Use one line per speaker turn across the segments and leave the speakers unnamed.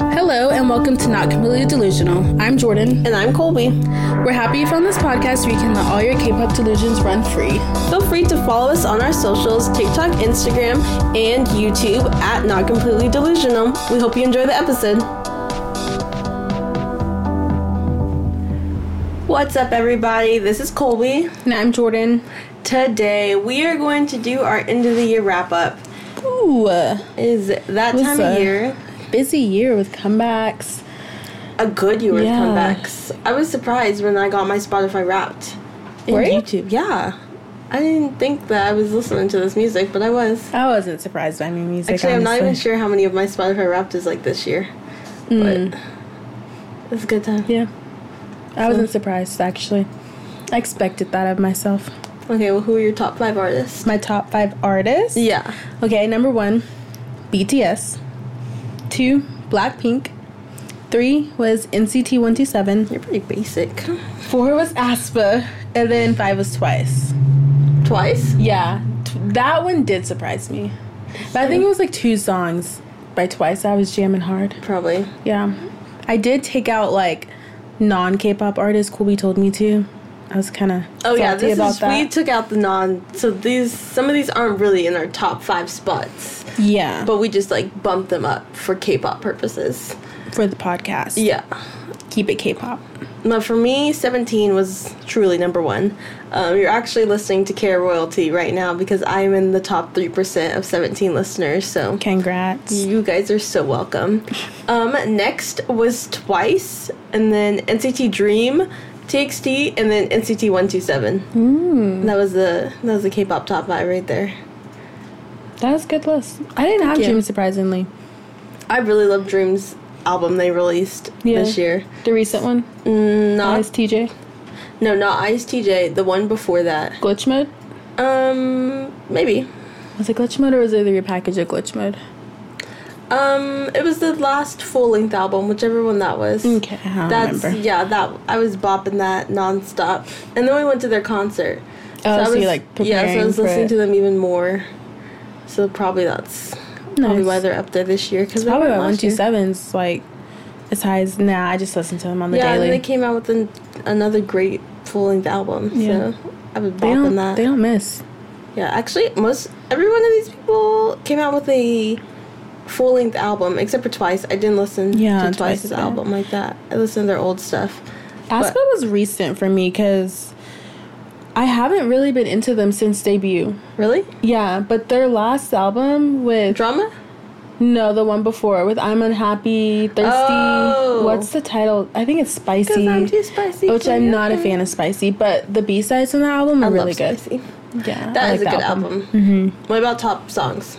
and welcome to Not Completely Delusional. I'm Jordan.
And I'm Colby.
We're happy you found this podcast where you can let all your K-pop delusions run free.
Feel free to follow us on our socials TikTok, Instagram, and YouTube at Not Completely Delusional. We hope you enjoy the episode. What's up, everybody? This is Colby.
And I'm Jordan.
Today, we are going to do our end of the year wrap up.
Ooh, uh,
It Is that
was
time
a
of year
busy year with comebacks.
a good year with
Yeah.
comebacks? I was surprised when I got my Spotify wrapped in
Were you?
YouTube. Yeah. I didn't think that I was listening to this music, but I was.
I wasn't surprised by my music.
Actually, I'm not
honestly.
even sure how many of my Spotify Wrapped is like this year, Hmm. but it's a good time.
Yeah, I wasn't surprised actually. I expected that of myself.
Okay, well, who are your top five artists?
My top five artists.
Yeah,
Okay, number one, BTS. Two, Blackpink. Three was NCT One Two Seven.
you're pretty basic.
Four was Aspa, and then five was Twice.
Twice.
Yeah, t- that one did surprise me. But I think it was like two songs by Twice. I was jamming hard.
Probably.
Yeah, I did take out like non K-pop artists. Colby told me to. I was kind of
Oh yeah,
salty
this
about
is we
that.
took out the non. So these some of these aren't really in our top five spots,
yeah,
but we just like bumped them up for K-pop purposes.
for the podcast.
Yeah.
keep it K-pop.
Now for me, 17 was truly number one. Um, you're actually listening to Care Royalty right now because I am in the top three percent of 17 listeners. So
Congrats.
You guys are so welcome. Um, next was Twice, and then NCT Dream, TXT, and then NCT One Two Seven.
Hmm. Mm,
That was the that was the K-pop top five right there.
That was a good list. I didn't have
you.
Dream surprisingly.
I really love Dream's album they released
Yeah.
this year. Mm,
The recent one,
Not
Eyes TJ,
no, not Ice TJ. The one before that.
Glitch Mode.
Um, maybe.
Was it Glitch Mode or was it the repackage of Glitch Mode?
Um, it was the last full length album, whichever one that was.
Okay, Mm, I don't
That's
remember.
yeah. That I was bopping that nonstop, and then we went to their concert.
Oh,
I
so
was,
you, like,
yeah. So I
preparing
was
for
listening
it.
to them even more. So probably that's probably
Nice.
why they're up there this year because
Probably about one two sevens, like as high as nah. I just listen to them on the
Yeah, and
daily.
then they came out with an, another great full length album.
Yeah.
So I was
They
bopping
don't.
that.
They don't miss.
Yeah, actually, most every one of these people came out with a full length album except for Twice. I didn't listen
Yeah,
to
Twice
Twice's
is bad.
album like that. I listened to their old stuff.
Aspa was recent for me because I haven't really been into them since debut.
Really?
Yeah, but their last album with
Drama?
no, the one before with I'm unhappy, thirsty.
Oh.
What's the title? I think it's
Because
spicy.
I'm too spicy.
which
for
I'm
you.
not a fan of spicy, but the B sides on the album are
I
really
love
good.
Spicy.
Yeah,
That
I like
is a
the
good album. Mm-hmm. What about top songs?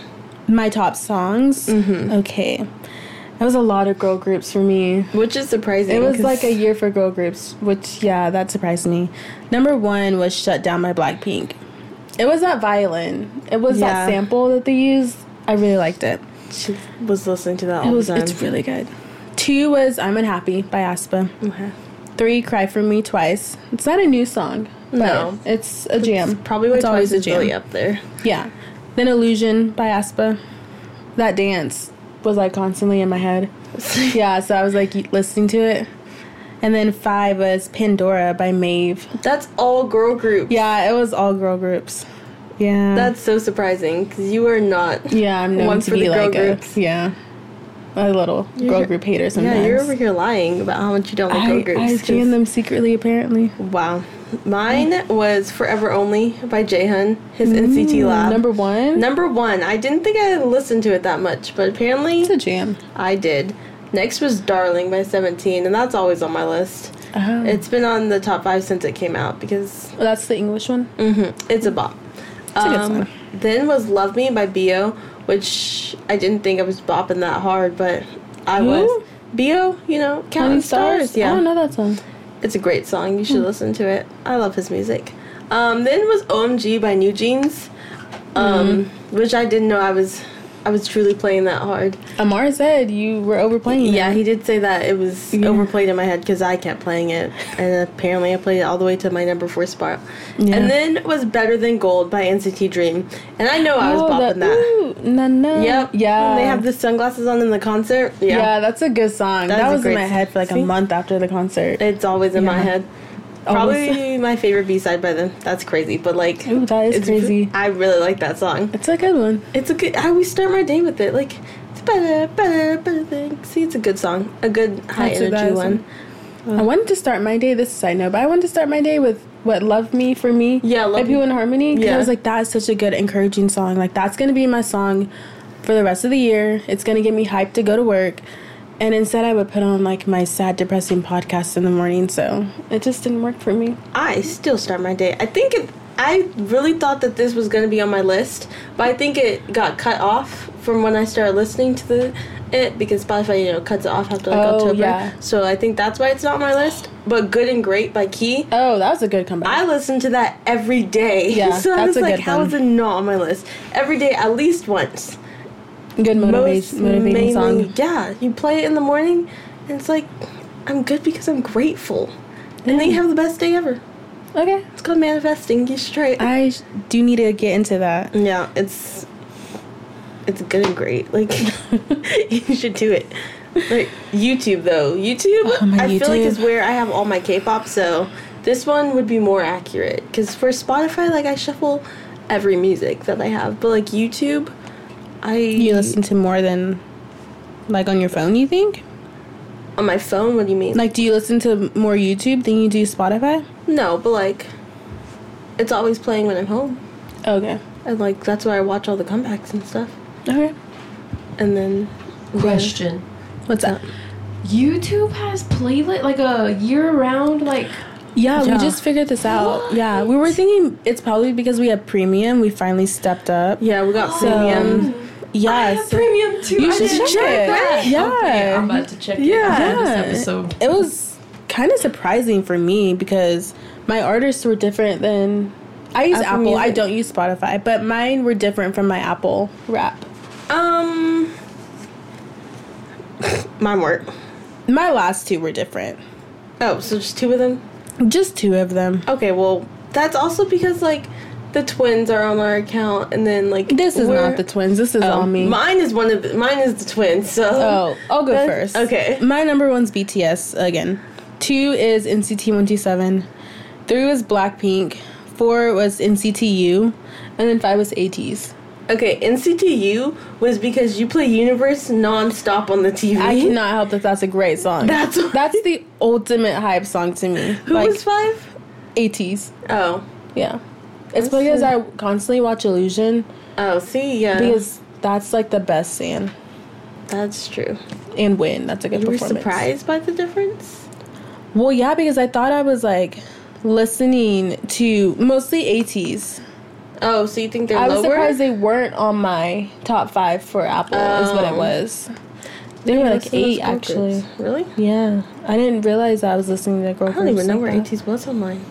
My top songs.
Mm-hmm.
Okay, that was a lot of girl groups for me.
Which is surprising.
It was
'cause-
like a year for girl groups, which yeah, that surprised me. Number one was "Shut Down" by Blackpink. It was that violin. It was
Yeah.
that sample that they used. I really liked it.
She was listening to that
It
all
was.
the time.
It's really good. Two was "I'm Unhappy" by Aspa.
Okay.
Three, "Cry for Me" twice. It's not a new song. But
No.
it's a jam.
It's probably why
it's
Twice is really up there.
Yeah. Then Illusion by Aspa. That dance was like constantly in my head. yeah, so I was like listening to it. And then five was Pandora by Maeve.
That's all girl group.
Yeah, it was all girl groups. Yeah.
That's so surprising because you are not.
yeah, I'm known
one
to
for
be
the girl
like
groups.
a yeah. A little girl
here-
group hater sometimes.
Yeah, you're over here lying about how much you don't like
I,
girl groups.
I
'cause-
jam them secretly apparently.
Wow. Mine was Forever Only by Jaehyun, his NCT
Mm.
Lab.
Hmm, Number one.
Number one. I didn't think I listened to it that much, but apparently
it's a jam.
I did. Next was Darling by 17, and that's always on my list.
Oh.
It's been on the top five since it came out because
that's the English one.
Mm-hmm. it's a bop.
a good
Um,
song.
then was Love Me by Bio, which I didn't think I was bopping that hard, but I
Who?
was. Bio, you know,
Counting
Counting Stars.
I don't
Yeah.
know Hmm. that song.
It's a great song. You should listen to it. I love his music.
Mm-hmm.
Um, then was OMG by New Jeans, um, which I didn't know I was I was truly playing that hard.
Amar said you were overplaying.
Yeah,
it.
he did say that it was
Yeah.
overplayed in my head because I kept playing it, and apparently I played it all the way to my number four spot.
Yeah.
And then was better than gold by NCT Dream, and I know I was
Oh,
bopping
the-
that.
ooh, na, na.
Yep.
Yeah.
When they have the sunglasses on in the concert.
Yeah.
Yeah.
that's a good song.
That
That,
is a
was in
great
my
song.
head for like
See?
a month after the concert.
It's always in my
Yeah.
head.
Always.
Probably my favorite B side by them. That's crazy, but like,
Ooh, that is
it's
crazy.
I really like that song.
It's a good one.
It's a good. I always start my day with it. Like, it's better, better, better thing. See, it's a good song. A good high
That's a
energy
bad
one.
song.
Uh-huh.
I wanted to start my day. This is a side note, but I wanted to start my day with "What Love Me" for me.
Yeah,
by
Love
Pew
Me.
and Harmony. 'cause
Yeah.
I was like, that's such a good encouraging song. Like that's gonna be my song for the rest of the year. It's gonna get me hyped to go to work. And instead, I would put on like my sad, depressing podcast in the morning. So it just didn't work for me.
I still start my day. I think it. I really thought that this was going to be on my list, but I think it got cut off from when I started listening to the it because Spotify, you know, cuts it off after like
Oh,
October.
yeah.
So I think that's why it's not on my list. But Good and Great by Key.
Oh, that was a good comeback.
I listen to that every day.
Yeah,
so I
that's
was
a
like,
good
how
one.
is it not on my list? Every day, at least once.
good
Most
motiva- motivating
mainly-
song.
Yeah, you play it in the morning, and it's like, I'm good because I'm grateful. And then you have the best day ever.
Okay,
It's called manifesting. You should try it.
I sh- do need to get into that.
Yeah, it's it's good and great. Like you should do it. Like YouTube though, YouTube.
Oh, my
I feel like
YouTube.
is where I have all my K-pop. So this one would be more accurate because for Spotify, like I shuffle every music that I have, but like YouTube, I
You listen to more than like on your phone. You think?
on my phone. What do you mean?
Like, do you listen to more YouTube than you do Spotify?
no, but like it's always playing when I'm home,
Okay.
and like that's where I watch all the comebacks and stuff.
Okay.
And then
Question.
What's up?
YouTube has playlist like a year round like
Yeah,
Yeah.
we just figured this out. Yeah, we were thinking it's probably because we have premium. We finally stepped up.
yeah, we got
So,
premium.
yes.
premium too.
You
I
should
didn't
check it.
that.
Yeah.
Okay, I'm about to check it
Yeah.
after
Yeah.
this episode.
It was kind of surprising for me because my artists were different than I use
Apple
Apple. I
Music.
don't use Spotify, but mine were different from my Apple rap.
Um, mine work.
My last two were different.
Oh, so just two of them.
Just two of them.
Okay, well that's also because like the twins are on our account, and then like
This is
we're- Oh,
not the twins. This is all me.
Mine is one of the, mine is the twins. So
Oh, I'll go
That's-
first.
okay.
My number one's BTS again. Two is NCT 127. Three was Blackpink. Four was NCTU. And then five was ATs.
okay, NCTU was because you play Universe nonstop on the TV.
I cannot help that that's a great song.
That's why-
that's the ultimate hype song to me.
Who
like
was five?
ATs.
Oh,
Yeah. It's because I constantly watch Illusion
oh, see, yeah,
because that's like the best sand.
that's true.
And win. That's a good
You were
performance.
surprised by the difference.
Well, yeah, because I thought I was like listening to mostly ATs.
Oh, so you think they're
I was
lower?
surprised they weren't on my top five for Apple. Is what it
Oh.
was. They were
Listen
like
to
eight
those girl
actually.
groups. Really?
Yeah, I didn't realize I was listening to girl
I don't even know where
ATs.
ATs was on mine.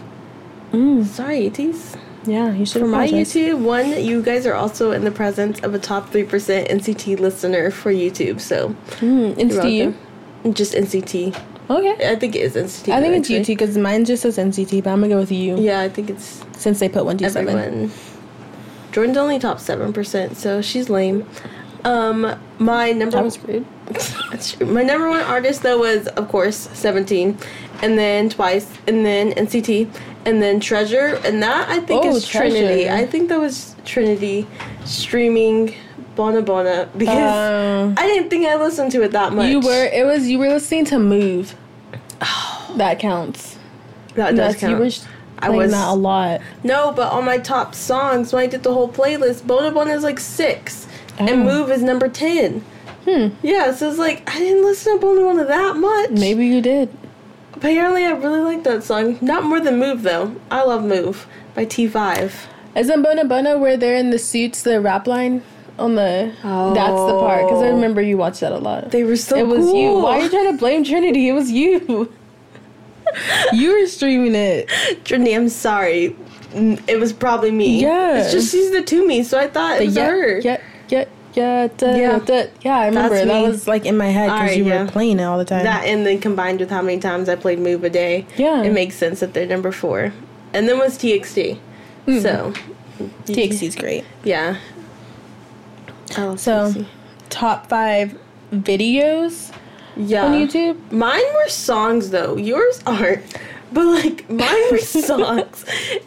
Mm,
Sorry, ATs.
yeah, you should
For my
apologize.
YouTube, one, you guys are also in the presence of a top 3% NCT listener for YouTube, so.
Mm,
you're
NCTU.
welcome. Just NCT.
Okay.
I think it is NCT.
I think it's
actually.
UT because mine just says NCT, but I'm gonna go with you
Yeah, I think it's
since they put one two seven.
everyone. Jordan's only top 7%, so she's lame. Um, my number
That was rude.
That's true. My number one artist though was of course Seventeen, and then Twice, and then NCT, and then Treasure, and that I think
Oh,
is Trinity.
Treasure.
I think that was Trinity streaming Bona Bona because
Um,
I didn't think I listened to it that much.
you were. It was you were listening to Move. That counts.
that does
Yes,
count.
You were sh-
I
playing
was-
that a lot.
no, but on my top songs when I did the whole playlist, Bona Bona is like six,
Oh.
and Move is number ten.
Hmm.
Yeah, so it's like I didn't listen to Bona Bona that much.
Maybe you did.
Apparently, I really like that song. Not more than Move, though. I love Move by T5.
Isn't Bona Bona where they're in the suits, the rap line on the? That's the part because I
Oh.
remember you watched that a lot.
They were so
it was you.
cool.
Why are you trying to blame Trinity? It was you. you were streaming it.
Trinity, I'm sorry. Mm, It was probably me.
Yeah.
It's just she's the to me, so I thought it was
yeah,
her.
yeah, yeah, yeah, da,
Yeah.
yeah. Da. yeah. I remember
That's
that
me.
was like in my head because
Alright,
you were
yeah.
playing it all the time.
That and then combined with how many times I played Move a day,
Yeah.
it makes sense that they're number four. And then was TXT.
Mm.
So,
TXT's great.
yeah. Oh,
So, top five videos
yeah.
on YouTube.
Mine were songs though. Yours aren't. But like mine were songs.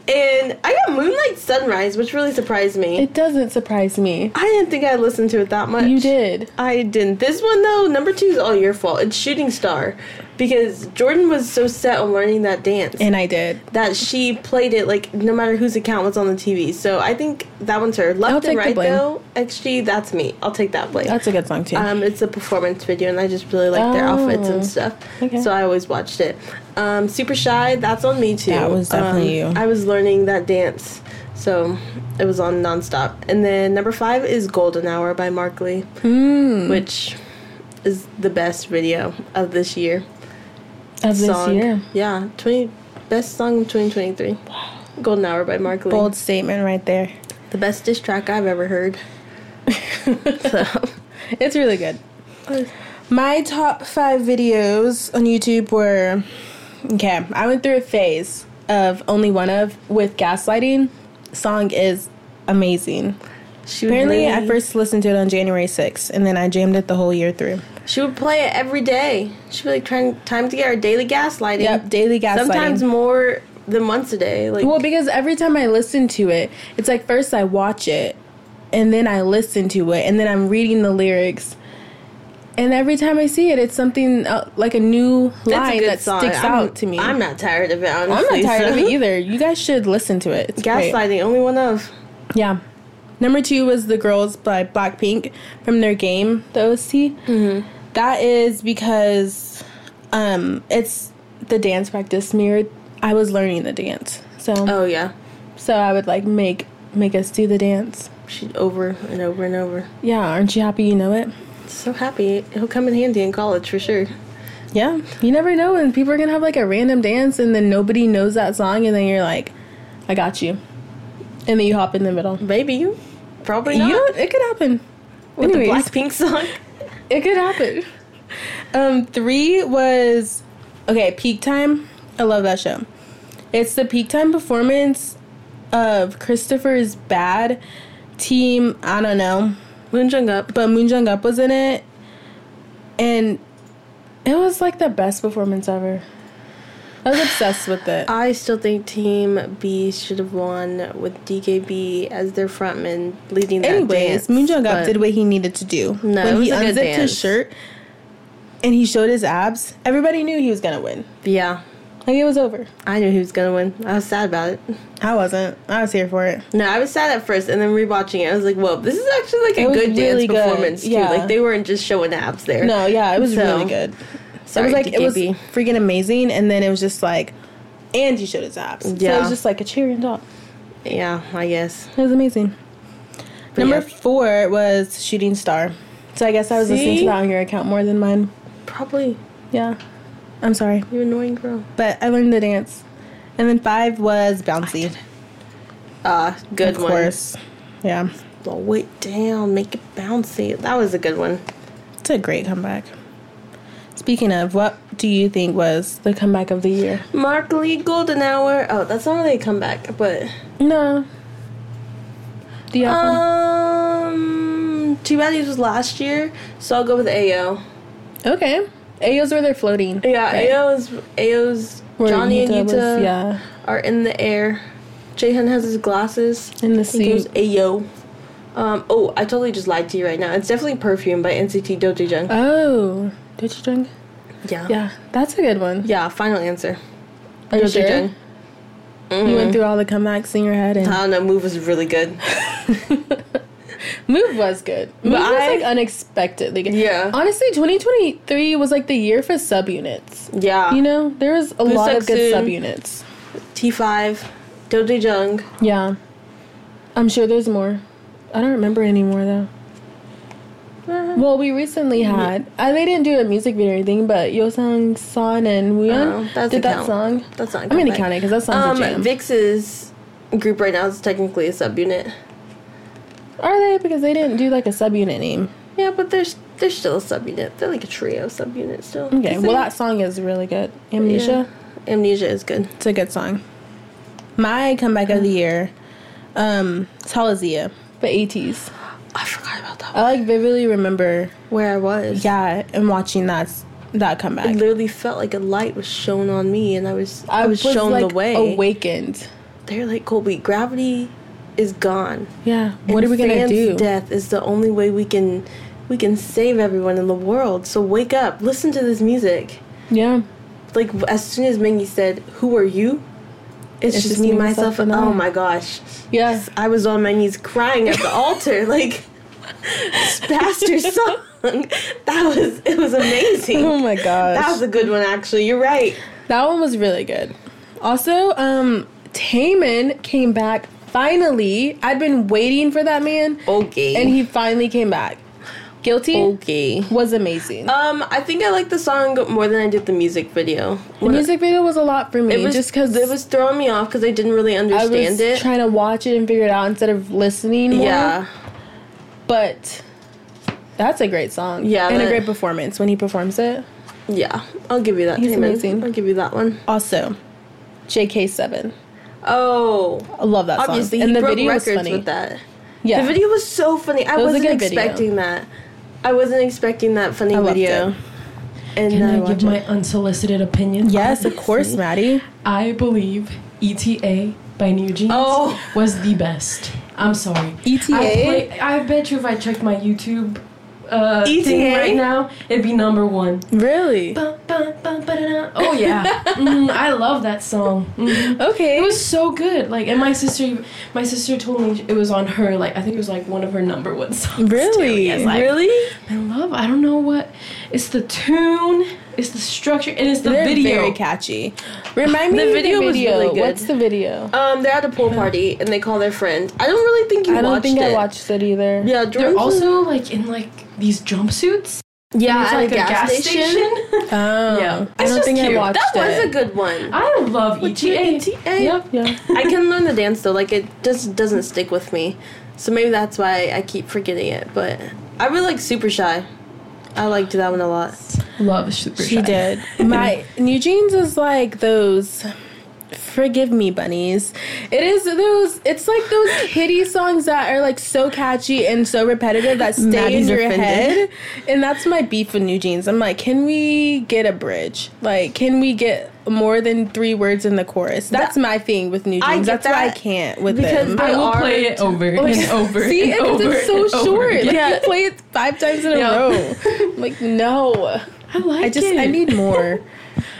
And I got Moonlight Sunrise, which really surprised me.
It doesn't surprise me.
I didn't think I listened to it that much.
You did.
I didn't. This one though, number two is all your fault. It's Shooting Star. Because Jordan was so set on learning that dance
And I did.
that she played it like no matter whose account was on the TV. So I think that one's her. Left
take
and
the
right
blame.
though, XG, that's me. I'll take that blame.
That's a good song too.
Um, it's a performance video, and I just really like their outfits
Oh.
and stuff.
Okay.
So I always watched it. Um, Super shy, that's on me too.
That was definitely
Um,
you.
I was learning that dance, so it was on nonstop. And then number five is Golden Hour by Mark Lee,
Hmm.
which is the best video of this year.
of this
song.
year.
yeah, twenty best song of twenty twenty three. Golden Hour by Mark Lee,
Bold statement right there.
the best diss track I've ever heard. so
It's really good. My top five videos on YouTube were okay. I went through a phase of only one of with gaslighting. Song is amazing.
she would
Apparently, I
really-
first listened to it on January 6th, and then I jammed it the whole year through.
She would play it every day. She'd be like trying time to get our daily gaslighting.
Yep, daily gaslighting.
Sometimes more than once a day. Like
Well, because every time I listen to it, it's like first I watch it and then I listen to it and then I'm reading the lyrics. And every time I see it, it's something uh, like a new
that's a
line
good
that
song.
sticks
I'm-
out to me.
I'm not tired of it. Honestly,
I'm not tired of
so-
it either. You guys should listen to it. It's great.
Gaslighting, only one of.
Yeah. Number two was the girls by Blackpink from their game, the OST.
Mm-hmm.
That is because um, it's the dance practice mirrored. I was learning the dance, so
Oh yeah,
so I would like make make us do the dance.
she over and over and over.
Yeah, aren't you happy you know it?
So happy. He'll come in handy in college for sure.
Yeah, you never know, and people are gonna have like a random dance, and then nobody knows that song, and then you're like, I got you, and then you hop in the middle.
Maybe you, probably not.
You know, it could happen.
with the
Anyways.
Blackpink song.
It could happen. Um, three was okay. Peak time. I love that show. It's the peak time performance of Christopher's bad team. I don't know,
Moon Jung Up.
but Moon Jung Up was in it, and it was like the best performance ever. I was obsessed with it.
I still think Team B should have won with DKB as their frontman leading that
Anyways,
dance.
Moon Jung Up
but-
did what he needed to do.
No, it
when
was
he
a good
unzipped
dance.
his shirt and he showed his abs, everybody knew he was gonna win.
Yeah,
Like it was over.
I knew he was gonna win. I was sad about it.
I wasn't. I was here for it.
No, I was sad at first, and then rewatching it, I was like, "Whoa, this is actually like
It
a
was
good
really
dance
good,
performance
yeah.
too. Like they weren't just showing abs there."
No, yeah, it was
So,
really good. it
sorry,
was like it was
DKB.
freaking amazing, and then it was just like, and you showed his abs. so it
Yeah.
was just like a cheering dog.
Yeah, I guess.
It was amazing.
But
Number
yeah.
four was Shooting Star. So I guess I was listening
See?
to that on your account more than mine.
Probably
Yeah, I'm sorry,
you annoying girl.
but I learned the dance. And then five was Bouncy,
Ah, good
of
one.
course. Yeah,
Blow it down, make it bouncy. That was a good one.
it's a great comeback. Speaking of, what do you think was the comeback of the year?
Mark Lee Golden Hour. Oh, that's not really a comeback, but
No. Do you have one?
um, too bad these was last year, so I'll go with Ao.
Okay. AOs where they're floating.
Yeah,
Right.
Ao's Ao's
Where
Johnny
Yuta
and
was-
Yuta.
yeah.
are in the air. Jahan has his glasses.
In the
He goes
suit.
Ayo. Um, oh, I totally just lied to you right now. It's definitely Perfume by NCT Doji
Oh. Did you drink?
Yeah. yeah.
Yeah. That's a good one.
Yeah, final answer.
Are you
Doji
sure?
Jung. Mm-hmm.
You went through all the comebacks in your head and
I don't know, Move was really good.
Move was good. Move
But
was
I-
like unexpectedly good.
Yeah.
Honestly, 2023 was like the year for subunits.
Yeah.
You know, there was a lot of good
Seok-soon.
subunits.
T5, Doji Jung.
Yeah. I'm sure there's more. I don't remember anymore though. Well, we recently had. I they didn't do a music video or anything, but Yosung Son and
Oh,
Wooyeon
that's
did
a
that
count.
song.
That's not a
I'm gonna
comeback.
count it because that song's a
Um,
jam.
Vix's group right now is technically a subunit.
Are they? Because they didn't do like a subunit name.
Yeah, but there's there's still a subunit. They're like a trio subunit still.
Okay.
Is
Well,
it?
that song is really good. Amnesia.
Yeah. Amnesia is good.
It's a good song. My comeback of the year, um, it's Halazia, but ATs.
I forgot about that.
I like vividly remember,
Where I was.
yeah, and watching that that
It
comeback.
literally felt like a light was shown on me, and I was I was, shown
like,
the way.
Awakened.
They're like Colby. Gravity is gone.
Yeah. What
And
are we gonna
fans'
do?
Death is the only way we can we can save everyone in the world. So wake up, listen to this music.
Yeah.
Like as soon as Mingy said, "Who are you?" It's, just, me, myself, and
I.
oh my gosh,
Yeah.
I was on my knees crying at the altar. Like this pastor song, that was it was amazing.
Oh my gosh.
That was a good one, actually. You're right.
That one was really good. Also, um, Taman came back finally. I'd been waiting for that man,
Okay.
and he finally came back. Guilty
okay.
was amazing.
Um, I think I like the song more than I did the music video.
the music video was a lot for me,
it was
just because
it was throwing me off because I didn't really
I
understand
was
it.
trying to watch it and figure it out instead of listening. More.
yeah,
but that's a great song.
Yeah,
and a
that-
great performance when he performs it.
yeah. I'll give you that.
He's
Taemin.
amazing.
I'll give you that one.
Also, JK7.
Oh,
I love that song.
obviously he
and the
broke
video was
records
funny.
with that.
Yeah,
The video was so funny. I
It was a
wasn't
good video.
expecting that. I wasn't expecting that funny
I loved
video.
it.
And
Can
I
I,
watched
give
it.
my unsolicited opinion?
Yes, of course, Maddie.
I believe ETA by New Jeans
Oh.
was the best. I'm sorry.
ETA?
I, play, I bet you if I checked my YouTube uh, thing
ETA?
eh?
right now, it'd be number one.
Really?
Bum, bum, bum, ba-da-da. Oh yeah, Mhm, I love that song. Mhm.
Okay.
It was so good. Like, and my sister, my sister told me it was on her. Like, I think it was like one of her number one songs. too.
Really?
Yes, like,
really?
I love. I don't know what. It's the tune. It's the structure, and it's the
They're
video.
very catchy. Remind me
The
of
video
the
was
video.
really good.
What's the video?
Um, they're at a pool party and they call their friend. I don't really think you
I
watched
don't think
it.
I watched it either.
Yeah,
They're
Jordan
also like in like these jumpsuits.
yeah
It's
at
like
a, gas, station.
Oh.
Yeah.
I
It's
don't
just
think I
cute.
watched
That was
it.
a good one.
I love
Would you
ETA.
ETA?
Yep.
yeah.
I can learn the dance though. Like it just doesn't stick with me, so maybe that's why I keep forgetting it. But I really like Super Shy. I liked that one a lot.
Love super.
She
Shy.
did. My New Jeans is like those Forgive Me Bunnies. It is those it's like those kitty songs that are like so catchy and so repetitive that stay
Maddie's
in your
offended.
head. And that's my beef with New Jeans. I'm like, can we get a bridge? Like, can we get more than three words in the chorus? That's my thing with New
I
Jeans.
get
That's why I
that
can't with
because
them.
I
I Oh will
are-
play it over
Like,
and over
Oh, See,
and
and 'cause
over.
it's so
and over
short. Like,
again.
you play it five times in a
Yeah.
row. I'm like, no.
I like
I just
it.
I need more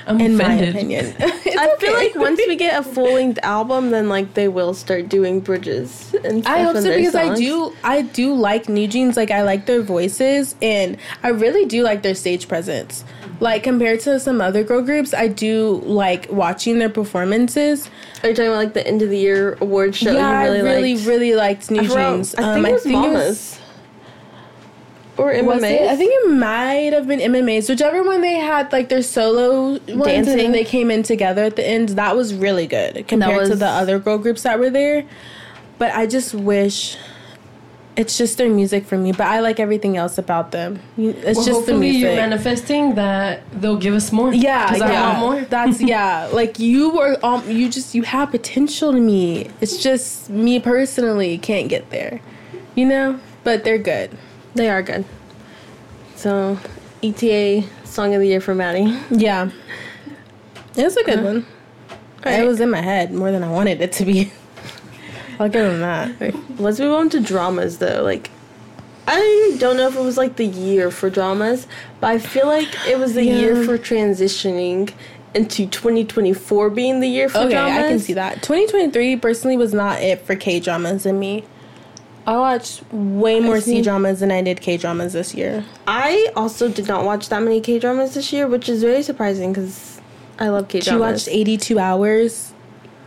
I'm
in my
offended.
opinion.
I feel like once we get a full length album, then like they will start doing bridges and stuff
I hope
in
so
their
because I
songs.
do I do like New Jeans. Like I like their voices and I really do like their stage presence. Like compared to some other girl groups, I do like watching their performances.
Are you talking about like the end of the year award show?
yeah,
you really
I really
liked?
really liked New
I forgot-
Jeans. Um,
I think it was Mama's or MMA.
was it? I think it might have been MMA's, whichever one they had like their solo ones, and
Dancing.
then they came in together at the end. That was really good compared to
was-
the other girl groups that were there. But I just wish it's just their music for me. But I like everything else about them. You- It's
Well,
just the
hopefully
music.
you're manifesting that they'll give us more.
yeah,
because
yeah.
I want more.
That's yeah. Like you were, um, you just you have potential to me. It's just me personally can't get there, you know. But they're good.
they are good. So, ETA song of the year for Maddie.
Yeah. It was a good one.
Alright.
It was in my head more than I wanted it to be. I'll give him that.
Let's move on to dramas though. Like, I don't know if it was like the year for dramas, but I feel like it was the year
Yeah.
for transitioning into 2024 being the year for
Okay,
dramas.
I can see that. 2023 personally was not it for K dramas and me. I watched way more
see.
C dramas than I did K dramas this year.
I also did not watch that many K dramas this year, which is very surprising because I love K
She
dramas.
watched 82 hours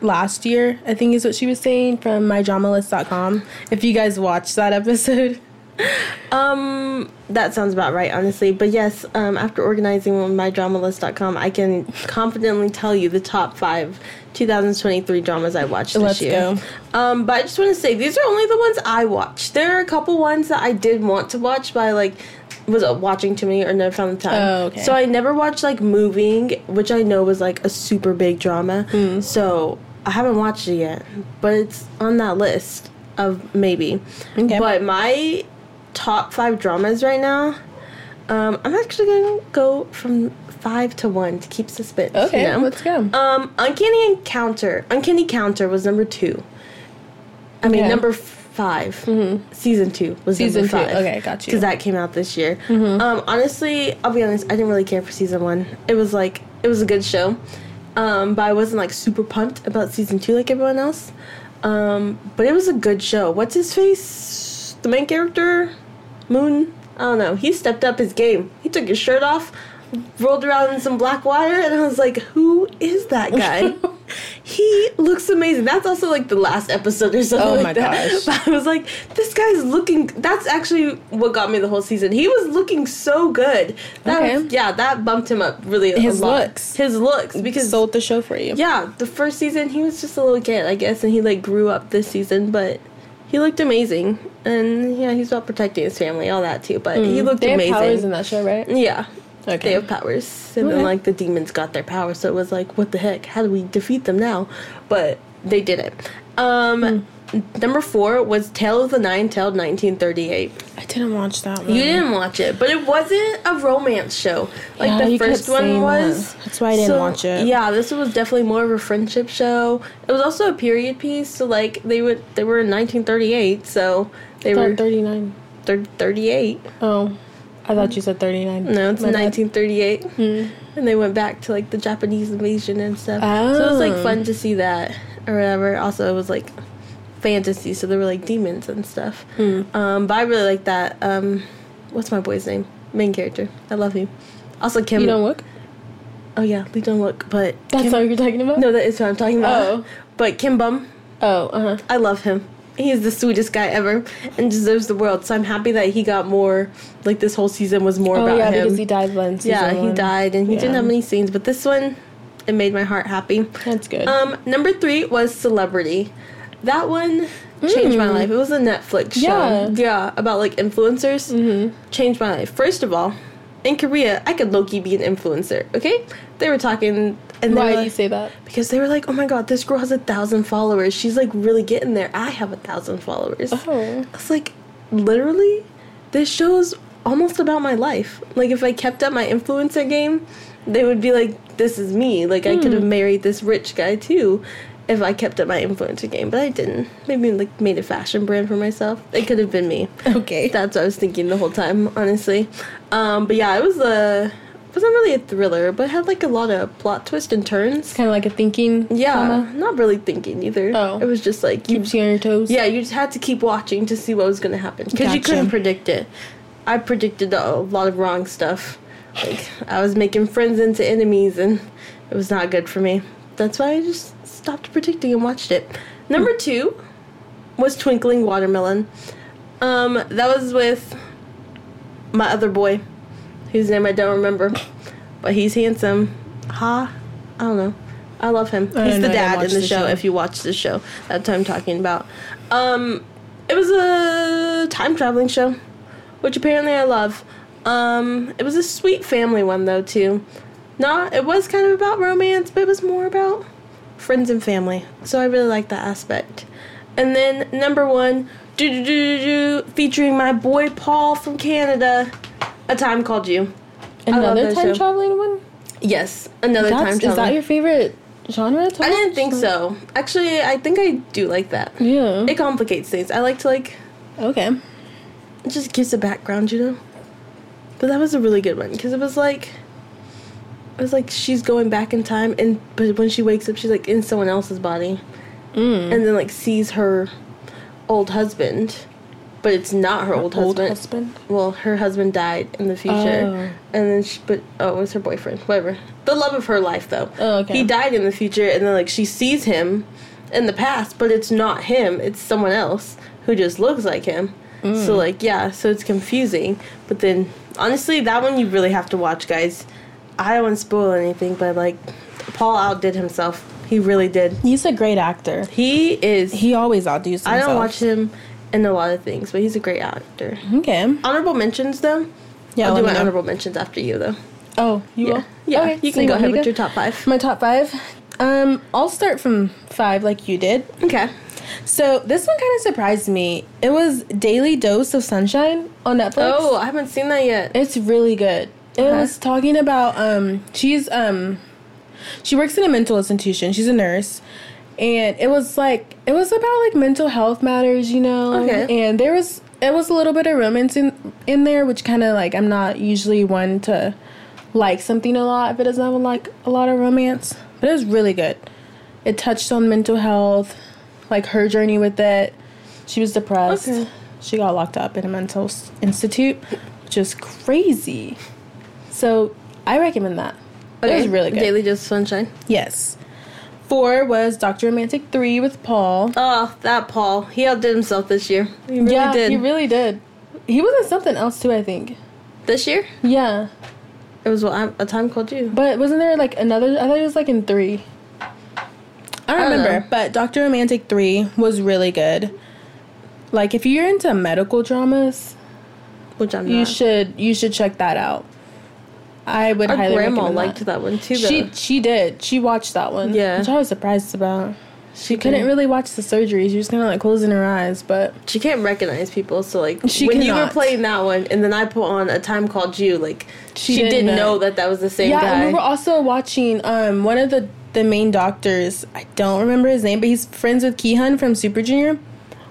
last year, I think is what she was saying from mydramalist.com. If you guys watched that episode,
Um, that sounds about right, honestly. But yes, um, after organizing on mydramalist.com, I can confidently tell you the top five 2023 dramas I watched this
Let's
year. Um, but I just want to say these are only the ones I watched. There are a couple ones that I did want to watch, but I like was uh, watching too many or never found the time.
Oh, okay.
So I never watched like Moving, which I know was like a super big drama.
Hmm.
So I haven't watched it yet, but it's on that list of maybe.
Okay.
But my top five dramas right now, um, I'm actually gonna go from five to one to keep suspense. you
Okay,
know?
let's go.
Um, Uncanny Encounter. Uncanny Counter was number two. I mean,
Okay.
number 5 Season two was
Season
number
two,
five.
okay, got you. Mm-hmm.
Because that came out this year. Um, honestly, I'll be honest. I didn't really care for season one. It was like it was a good show, um, but I wasn't like super pumped about season two like everyone else. Um, but it was a good show. What's his face? The main character, Moon. I don't know. He stepped up his game. He took his shirt off, rolled around in some black water, and I was like, "Who is that guy?" he looks amazing. That's also like the last episode or something
Oh
like
my
that.
gosh.
But I was like, "This guy's looking." That's actually what got me the whole season. He was looking so good. That
Okay.
yeah, that bumped him up really.
His
a lot.
looks.
His looks because
Sold the show for you.
yeah, the first season he was just a little kid, I guess, and he like grew up this season, but he looked amazing. And yeah, he's about protecting his family, all that too. But he looked
Mm. They have
amazing.
powers in that show, right?
yeah.
Okay.
They have powers. And
Okay.
then like the demons got their powers, so it was like, what the heck? How do we defeat them now? But they did it. Um
Hmm.
Number four was Tale of the Nine Tailed 1938.
I didn't watch that one.
You didn't watch it, but it wasn't a romance show like
Yeah,
the
you kept
first one
saying
was.
that. That's why I didn't
So,
watch it.
Yeah, this one was definitely more of a friendship show. It was also a period piece, so like they would they were in 1938, so they
I
were
thought 39.
thir- 38.
Oh, I thought you said 39.
No, it's
My bad. Hmm.
1938, and they went back to like the Japanese invasion and stuff. So it was
Oh.
like fun to see that or whatever. Also, it was like fantasy, so there were like demons and stuff.
Hmm.
Um, but I really like that. Um, what's my boy's name? Main character. I love him. Also, Kim.
You don't look?
Oh yeah, Lee Don't Look. But
That's
Kim-
what you're talking about?
no, that is what I'm talking about.
Oh.
But Kim Bum,
Oh, uh huh.
I love him. He's the sweetest guy ever, and deserves the world. So I'm happy that he got more. Like this whole season was more
Oh,
about
yeah,
him.
because he died once.
yeah, he died, and he didn't
Yeah.
have many scenes. But this one, it made my heart happy.
That's good.
Um, number three was Celebrity. That one changed my life. It was a Netflix show.
Mm. Yeah. Mm.
Yeah, about like influencers. Mm-hmm. Changed my life. First of all, in Korea, I could low key be an influencer. Okay, they were talking, and they
why
were
do you
like-
say that?
because they were like, "Oh my god, this girl has a thousand followers. She's like really getting there. I have a thousand followers."
Oh.
I was like, literally, this show's almost about my life. Like, if I kept up my influencer game, they would be like, this is me. Like, I could have married this rich guy too if I kept up my influencer game, but I didn't. Maybe, like, made a fashion brand for myself. It could have been me.
Okay.
That's what I was thinking the whole time, honestly. Um, but yeah, it was a. It wasn't really a thriller, but it had like a lot of plot twists and turns.
kind of like a thinking.
Yeah,
drama.
not really thinking either.
Oh.
It was just like you
Keeps you on your toes.
yeah, you just had to keep watching to see what was going to happen because you
Gotcha.
couldn't predict it. I predicted a lot of wrong stuff. Like I was making friends into enemies, and it was not good for me. That's why I just stopped predicting and watched it. Number two was Twinkling Watermelon. Um, that was with my other boy, whose name I don't remember, but he's handsome. Ha, I don't know. I love him.
I
He's
don't
the
know, I
dad in
watched
the,
the
show.
show.
If you watch the show, that's what I'm talking about. Um, it was a time traveling show, which apparently I love. Um, it was a sweet family one though too. Not, it was kind of about romance, but it was more about friends and family. So I really like that aspect. And then number one, do do do do do, featuring my boy Paul from Canada, a time called you. I love
Another
that
time
show.
traveling one?
Yes, another
That's-
time
Is
travel.
that your favorite genre? to
I didn't
watch?
think
Like-
so. Actually, I think I do like that.
Yeah.
It complicates things. I like to like
okay.
it just gives a background, you know. But that was a really good one because it was like it was like she's going back in time, and but when she wakes up, she's like in someone else's body,
Mm.
and then like sees her old husband, but it's not her old, husband. Well, her husband died in the future,
Oh.
and then she but oh, it was her boyfriend, whatever. The love of her life, though.
Oh, okay.
He died in the future, and then like she sees him in the past, but it's not him. It's someone else who just looks like him.
Mm.
So like yeah, so it's confusing. But then honestly, that one you really have to watch, guys. I don't want to spoil anything, but like Paul outdid himself. He really did.
He's a great actor.
He is.
He always outdoes himself.
I don't watch him in a lot of things, but he's a great actor.
Okay.
Honorable mentions though.
Yeah.
I'll
let
do
me
my
know.
honorable mentions after you though.
Oh, you
Yeah.
will.
Yeah.
Okay,
you
so
can go
want me
ahead
to
with your top five.
My top five. Um, I'll start from five, like you did.
Okay.
So this one kind of surprised me. It was Daily Dose of Sunshine on Netflix.
Oh, I haven't seen that yet.
It's really good. It
Okay.
was talking about um she's um she works in a mental institution. She's a nurse. And it was like it was about like mental health matters, you know.
Okay.
And there was it was a little bit of romance in in there, which kind of like I'm not usually one to like something a lot if it doesn't have like a lot of romance. But it was really good. It touched on mental health, like her journey with it. She was depressed.
Okay.
She got locked up in a mental s- institute, which is crazy. So I recommend that. It was really good.
Daily Just Sunshine.
Yes. Four was Doctor Romantic Three with Paul.
Oh, that Paul. He outdid himself this year. He really
yeah,
did.
he really did. He was in something else too, I think.
this year?
Yeah,
It was what I, a time called you.
but wasn't there like another? I thought it was like in three. I
I
don't
don't
remember,
know.
but Doctor Romantic Three was really good. Like, if you're into medical dramas,
Which I'm
you
not.
should you should check that out. I would
Our
highly
grandma
recommend
liked
that.
that. one too, though.
She she did. She watched that one.
Yeah.
Which I was surprised about.
she
She couldn't
can-
really watch the surgery. She was kinda like closing her eyes, but
She can't recognize people, so like
She
when you were
cannot.
playing that one, and then I put on a time called you, like
She
she, didn't,
didn't know.
know that that was the same
yeah,
guy.
and we were also watching um one of the the main doctors, I don't remember his name, but he's friends with Kihan from Super Junior.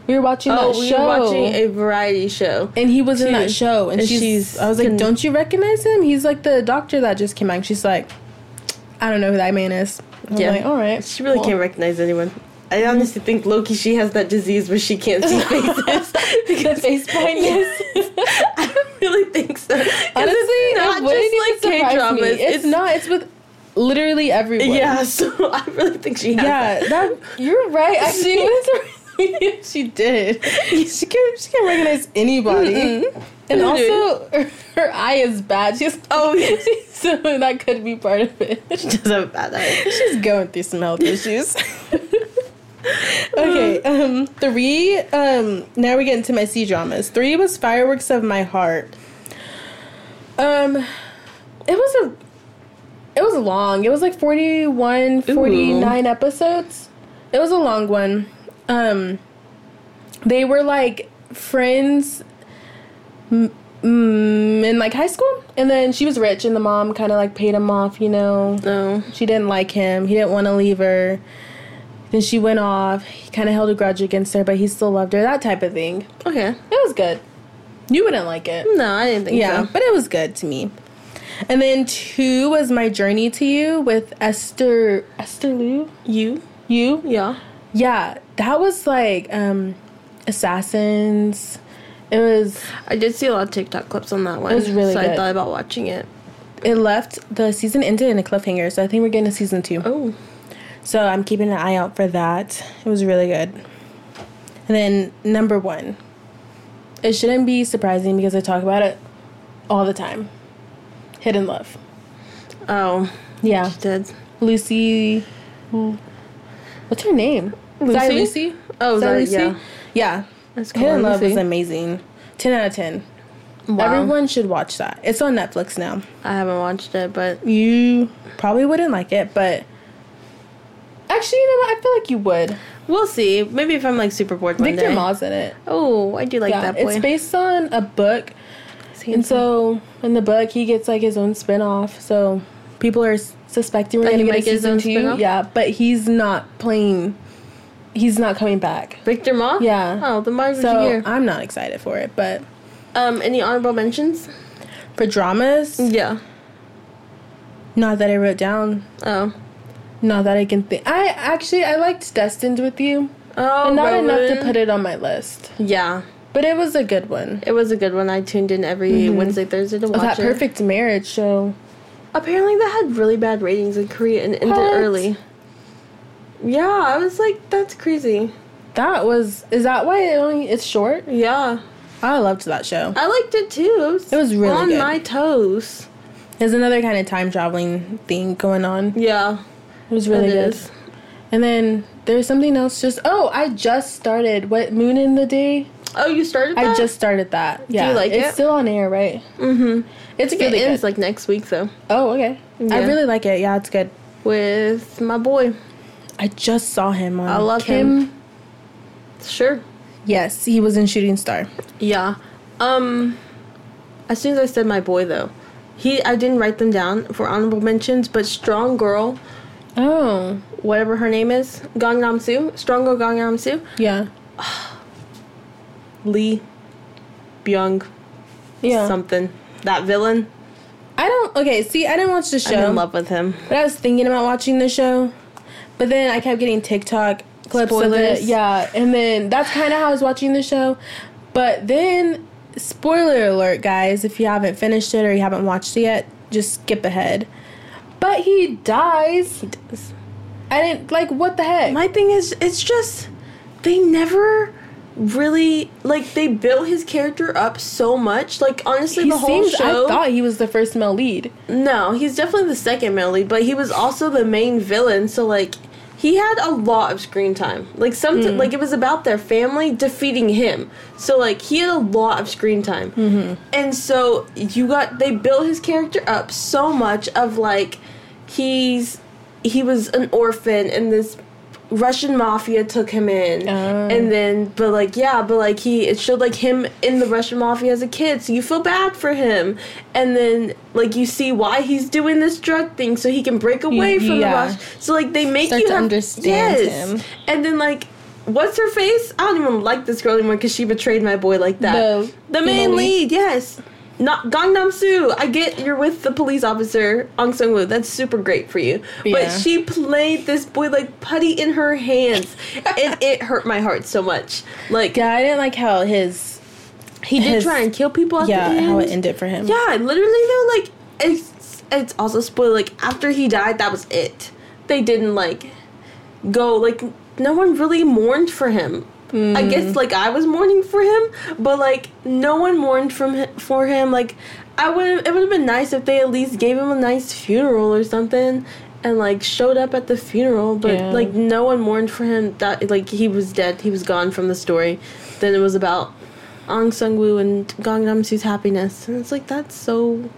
We were watching
oh,
that
we
show.
were watching a variety show.
and he was in that
too.
show and,
And
she's,
she's
I was like,
con-
Don't you recognize him? He's like the doctor that just came out and she's like, I don't know who that man is. I'm
Yeah.
like, all right.
She really
well." Hmm.
can't recognize anyone. I honestly think Loki she has that disease where she can't see faces
The face blindness.
I really think so. 'Cause
Honestly,
it's not
it wouldn't even
just like K
surprise
dramas.
me. It's, not. It's with literally everyone.
Yeah, so I really think she has.
yeah.
that.
That you're right. Actually, it was- she did. She can. She can recognize anybody. And also, her, her eye is bad. She's
Oh, yeah.
so that could be part of it.
she does have a bad eye.
She's going through some health issues. okay, um, three. Um, now we get into my C dramas. Three was Fireworks of My Heart. Um, it was a. It was long. It was like 41, 49 episodes. It was a long one. Um, they were like friends m- m- in like high school. And then she was rich, and the mom kind of like paid him off, you know.
No.
She didn't like him. He didn't want to leave her. Then she went off. He kind of held a grudge against her, but he still loved her. That type of thing.
Okay.
It was good. You wouldn't like it.
No, I didn't think
Yeah,
so.
but it was good to me. And then two was My Journey to You with Esther Esther Lou.
You?
You?
Yeah.
Yeah, that was like um assassins. It was
I did see a lot of TikTok clips on that one.
was really
So
good.
I thought about watching it.
it left the season ended in a cliffhanger, so I think we're getting a season 2.
Oh.
So I'm keeping an eye out for that. It was really good. And then number one, it shouldn't be surprising because I talk about it all the time. Hidden Love.
Oh.
Yeah,
She did.
Lucy. What's her name? Is that
Lucy?
Lucy?
Oh,
Is that Lucy?
yeah.
Yeah.
That's
Hidden
cool.
Love
Lucy.
is amazing. Ten out of ten.
Wow.
Everyone should watch that. It's on Netflix now.
I haven't watched it, but
You probably wouldn't like it, but actually, you know what? I feel like you would.
we'll see. Maybe if I'm like super bored one
Victor
day.
Ma's in it.
Oh, I do like
yeah,
that boy.
it's based on a book, and
And so
so in the book he gets like his own spin-off. So people are s- suspecting we're
That
gonna
he
get a
might get his
season
own
two.
spin-off?
Yeah, but he's not playing. He's not coming back.
Victor Ma?
Yeah.
Oh, the Mars
So
here.
I'm not excited for it. But
Um, any honorable mentions?
for dramas,
Yeah.
not that I wrote down,
Oh.
not that I can think. I actually I liked Destined with You,
Oh,
but not enough to
Rowan.
put it on my list.
Yeah,
But it was a good one.
it was a good one. I tuned in every Wednesday, Thursday to
Of
watch
Mm-hmm. Oh, that
it.
perfect marriage show.
Apparently, that had really bad ratings in Korea and ended
What?
early. Yeah, I was like, that's crazy.
That was is that why it only it's short?
Yeah,
I loved that show.
I liked it too. I was
It was really
on
good.
my toes.
There's another kind of time traveling thing going on.
Yeah,
It was really
it
good.
is.
And then there's something else. Just oh, I just started what Moon in the Day.
Oh, you started.
I
that?
just started that. Yeah,
like
it's
it?
still on air, right?
Mm-hmm.
It's
I think
really
it ends
good.
like next week though
oh, okay. I
Yeah.
really like it. Yeah, it's good.
with my boy.
I just saw him on.
I love
Kim.
him. Sure.
Yes, he was in Shooting Star.
Yeah. Um. As soon as I said my boy though, he I didn't write them down for honorable mentions, but Strong Girl,
Oh,
whatever her name is, Gangnam Su, Strong Girl Gangnam Su,
yeah,
Lee, Byung,
yeah.
something. That villain.
I don't. Okay, see, I didn't watch the show.
I'm in love with him.
But I was thinking about watching the show, but then I kept getting TikTok clips of it.
Spoilers.
Yeah, and then that's kind of how I was watching the show. But then, spoiler alert, guys! If you haven't finished it or you haven't watched it yet, just skip ahead. But he dies.
He does.
I didn't like. What the heck?
My thing is, it's just they never really like they built his character up so much. Like honestly,
he
the whole
seems.
show.
I thought he was the first male lead.
No, he's definitely the second male lead, but he was also the main villain. So like, he had a lot of screen time. Like some, like it was about their family defeating him. So like, he had a lot of screen time. Mm-hmm. And so you got they built his character up so much of like, he's he was an orphan and this Russian mafia took him in.
Oh.
And then but like yeah, but like he it showed like him in the Russian mafia as a kid, so you feel bad for him. And then like you see why he's doing this drug thing so he can break away from
yeah.
the Rush. So like they make
Start
you
to
have-
understand
yes.
him.
And then like what's her face? I don't even like this girl anymore because she betrayed my boy like that.
The-
the main
the lead.
lead. Yes. Not Gangnam Su. I get you're with the police officer Ong Sung Woo. That's super great for you.
Yeah.
But she played this boy like putty in her hands, and it hurt my heart so much. Like
Yeah, I didn't like how his.
he did
his-
try and kill people. At
Yeah,
the end.
how it ended for him.
Yeah, literally though, like it's it's also spoiled. Like after he died, that was it. They didn't like go like no one really mourned for him.
Hmm.
I guess like I was mourning for him, but like no one mourned from hi- for him. Like I would it would have been nice if they at least gave him a nice funeral or something and like showed up at the funeral, but
Yeah.
like no one mourned for him. That like he was dead. He was gone from the story. Then it was about Aung San Woo and Gangnam Su's happiness. And it's like that's so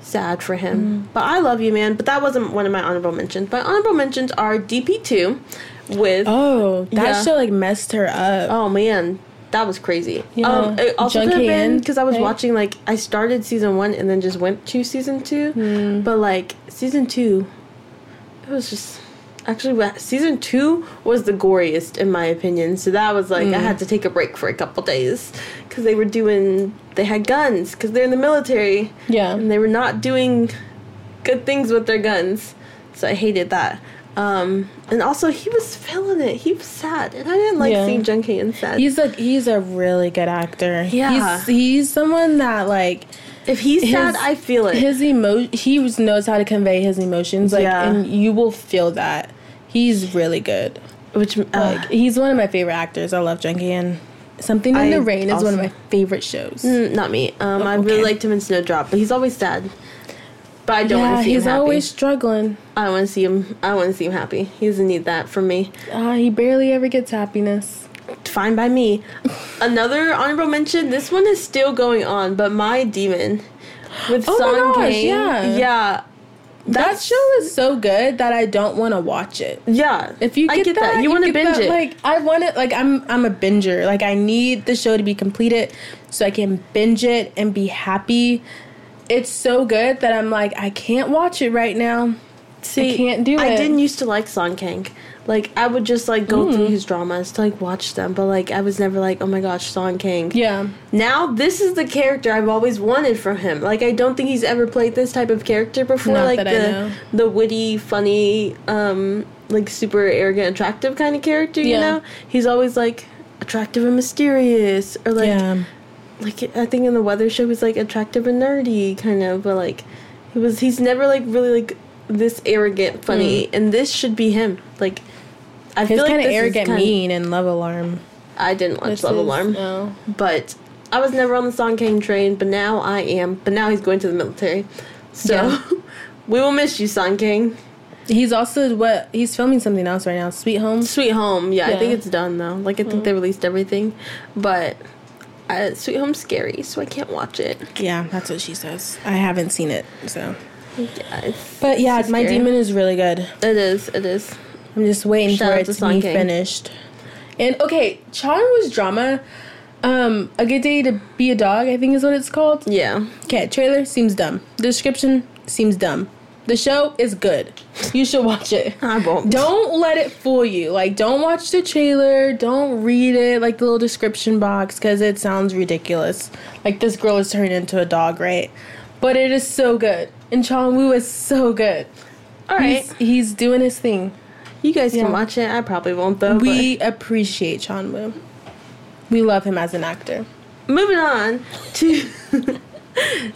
sad for him. But I love you, man. But that wasn't one of my honorable mentions. My honorable mentions are DP2 with oh,
Oh, that
Yeah.
show like messed her up.
Oh, man, that was crazy.
Yeah.
Um it also
Jung
could have been
Ki-in,
because I was
right?
watching like I started season 1 and then just went to season 2.
Hmm.
But like season 2 it was just Actually, wa- season two was the goriest, in my opinion. So that was like
Hmm.
I had to take a break for a couple days because they were doing they had guns because they're in the military
Yeah.
and Um, they were not doing good things with their guns. So I hated that. Um, and also, he was feeling it. He was sad, and I didn't like
Yeah.
seeing Jung Kang sad.
He's a he's a really good actor.
Yeah.
he's he's someone that like
if he's sad,
his-
I feel it.
his emo he was- knows how to convey his emotions. Like,
Yeah.
and you will feel that. He's really good.
which uh,
Like, he's one of my favorite actors. I love Junkie and Something in
I
the Rain is one of
also-
my favorite shows.
mm, not me. Um, I
Oh, okay.
really liked him in Snowdrop, but he's always sad. But I don't want
yeah,
to see
he's
him happy.
always struggling.
I want to see him. I want to see him happy. He doesn't need that from me.
Uh, he barely ever gets happiness.
Fine by me. Another honorable mention. This one is still going on, but my demon with
Oh my
Song
gosh,
Kang.
yeah.
yeah.
That show is so good that I don't want to watch it.
Yeah.
If you
I
get, that,
you want to
get
binge
that,
it.
Like I want it. Like I'm, I'm a binger. Like I need the show to be completed so I can binge it and be happy. It's so good that I'm like I can't watch it right now.
See,
can't do
I
it.
didn't used to like Song Kang. Like I would just like go
Mm.
through his dramas to like watch them, but like I was never like, oh my gosh, Song Kang.
Yeah,
Now this is the character I've always wanted from him. Like I don't think he's ever played this type of character before.
Not
like
that I
the
know.
the witty, funny, um, like super arrogant, attractive kind of character. You
Yeah.
know, he's always like attractive and mysterious, or like
yeah.
like I think in the weather show he's like attractive and nerdy kind of, but like he was he's never like really like this arrogant funny, and this should be him. Like I
Mm. He's
feel like
kind of
this is
arrogant,
kinda-
mean, and love alarm.
I didn't watch
This
Love
is-
Alarm,
No.
but I was never on the Song Kang train, but now I am. But now he's going to the military. So
Yeah.
we will miss you, Song Kang.
He's also what he's filming something else right now. Sweet Home.
Sweet Home, yeah, I think
Yeah.
it's done though. Like I
Mm.
think they released everything, but uh, Sweet Home's scary, so I can't watch it.
Yeah, that's what she says. I haven't seen it, so.
Yeah, it's-
But yeah,
It's
My
scary.
Demon is really good.
it is. It is.
I'm just waiting
Shout
for
out
it
to
to,
Song
be
King.
finished. And okay, Charm was drama. Um, a good day to be a dog, I think is what it's called.
Yeah,
Okay, trailer seems dumb. Description seems dumb. The show is good. You should watch it.
I won't.
Don't let it fool you. Like, don't watch the trailer. Don't read it, like the little description box, because it sounds ridiculous. Like, this girl is turned into a dog, right? But it is so good. And Chong Wu is so good.
All right,
He's, he's doing his thing.
you guys
Yeah.
can watch it. I probably won't though.
We appreciate Chong Wu. We love him as an actor.
but moving on to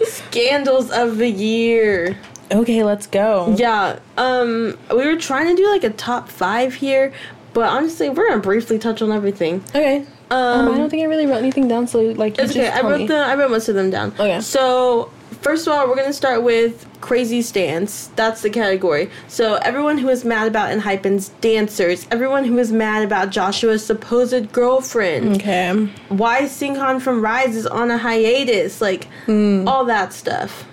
scandals of the year.
Okay, let's go.
Yeah, um, we were trying to do like a top five here, but honestly, we're gonna briefly touch on everything.
Okay. Um,
Um,
I don't think I really wrote anything down, so like you
It's okay.
just
I
tell
wrote
me. Oh,
the I wrote most of them down.
Okay.
So first of all, we're gonna start with crazy stance. That's the category. So everyone who is mad about and hypens dancers. Everyone who is mad about Joshua's supposed girlfriend.
Okay.
Why Singhan from Rise is on a hiatus. Like all that stuff.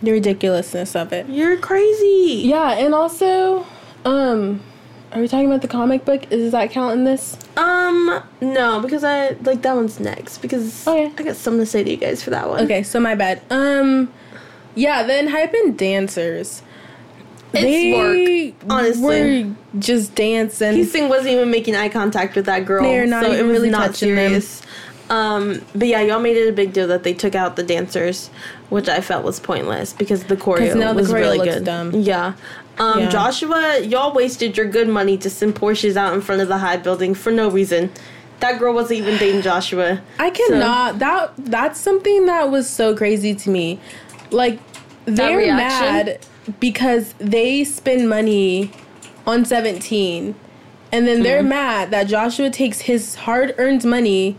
The ridiculousness of it.
You're crazy.
Yeah, and also, um, are we talking about the comic book? Is does that count in this?
Um. No, because I like that one's next because
Okay.
I got something to say to you guys for that one.
Okay, so my bad. Um, yeah, then hyping dancers.
It's work, honestly.
were just dancing.
Hee Sing wasn't even making eye contact with that girl.
They're not
so it
even
was
really
not
touching them.
serious. Um, but yeah, y'all made it a big deal that they took out the dancers, which I felt was pointless because the choreo
'Cause now the
was
choreo
really
looks
good.
dumb.
Yeah. Um,
Yeah.
Joshua, y'all wasted your good money to send Porsches out in front of the high building for no reason. That girl wasn't even dating Joshua.
I cannot. That that's something that was so crazy to me. Like they're
reaction?
mad because they spend money on 17 and then they're
Hmm.
mad that Joshua takes his hard-earned money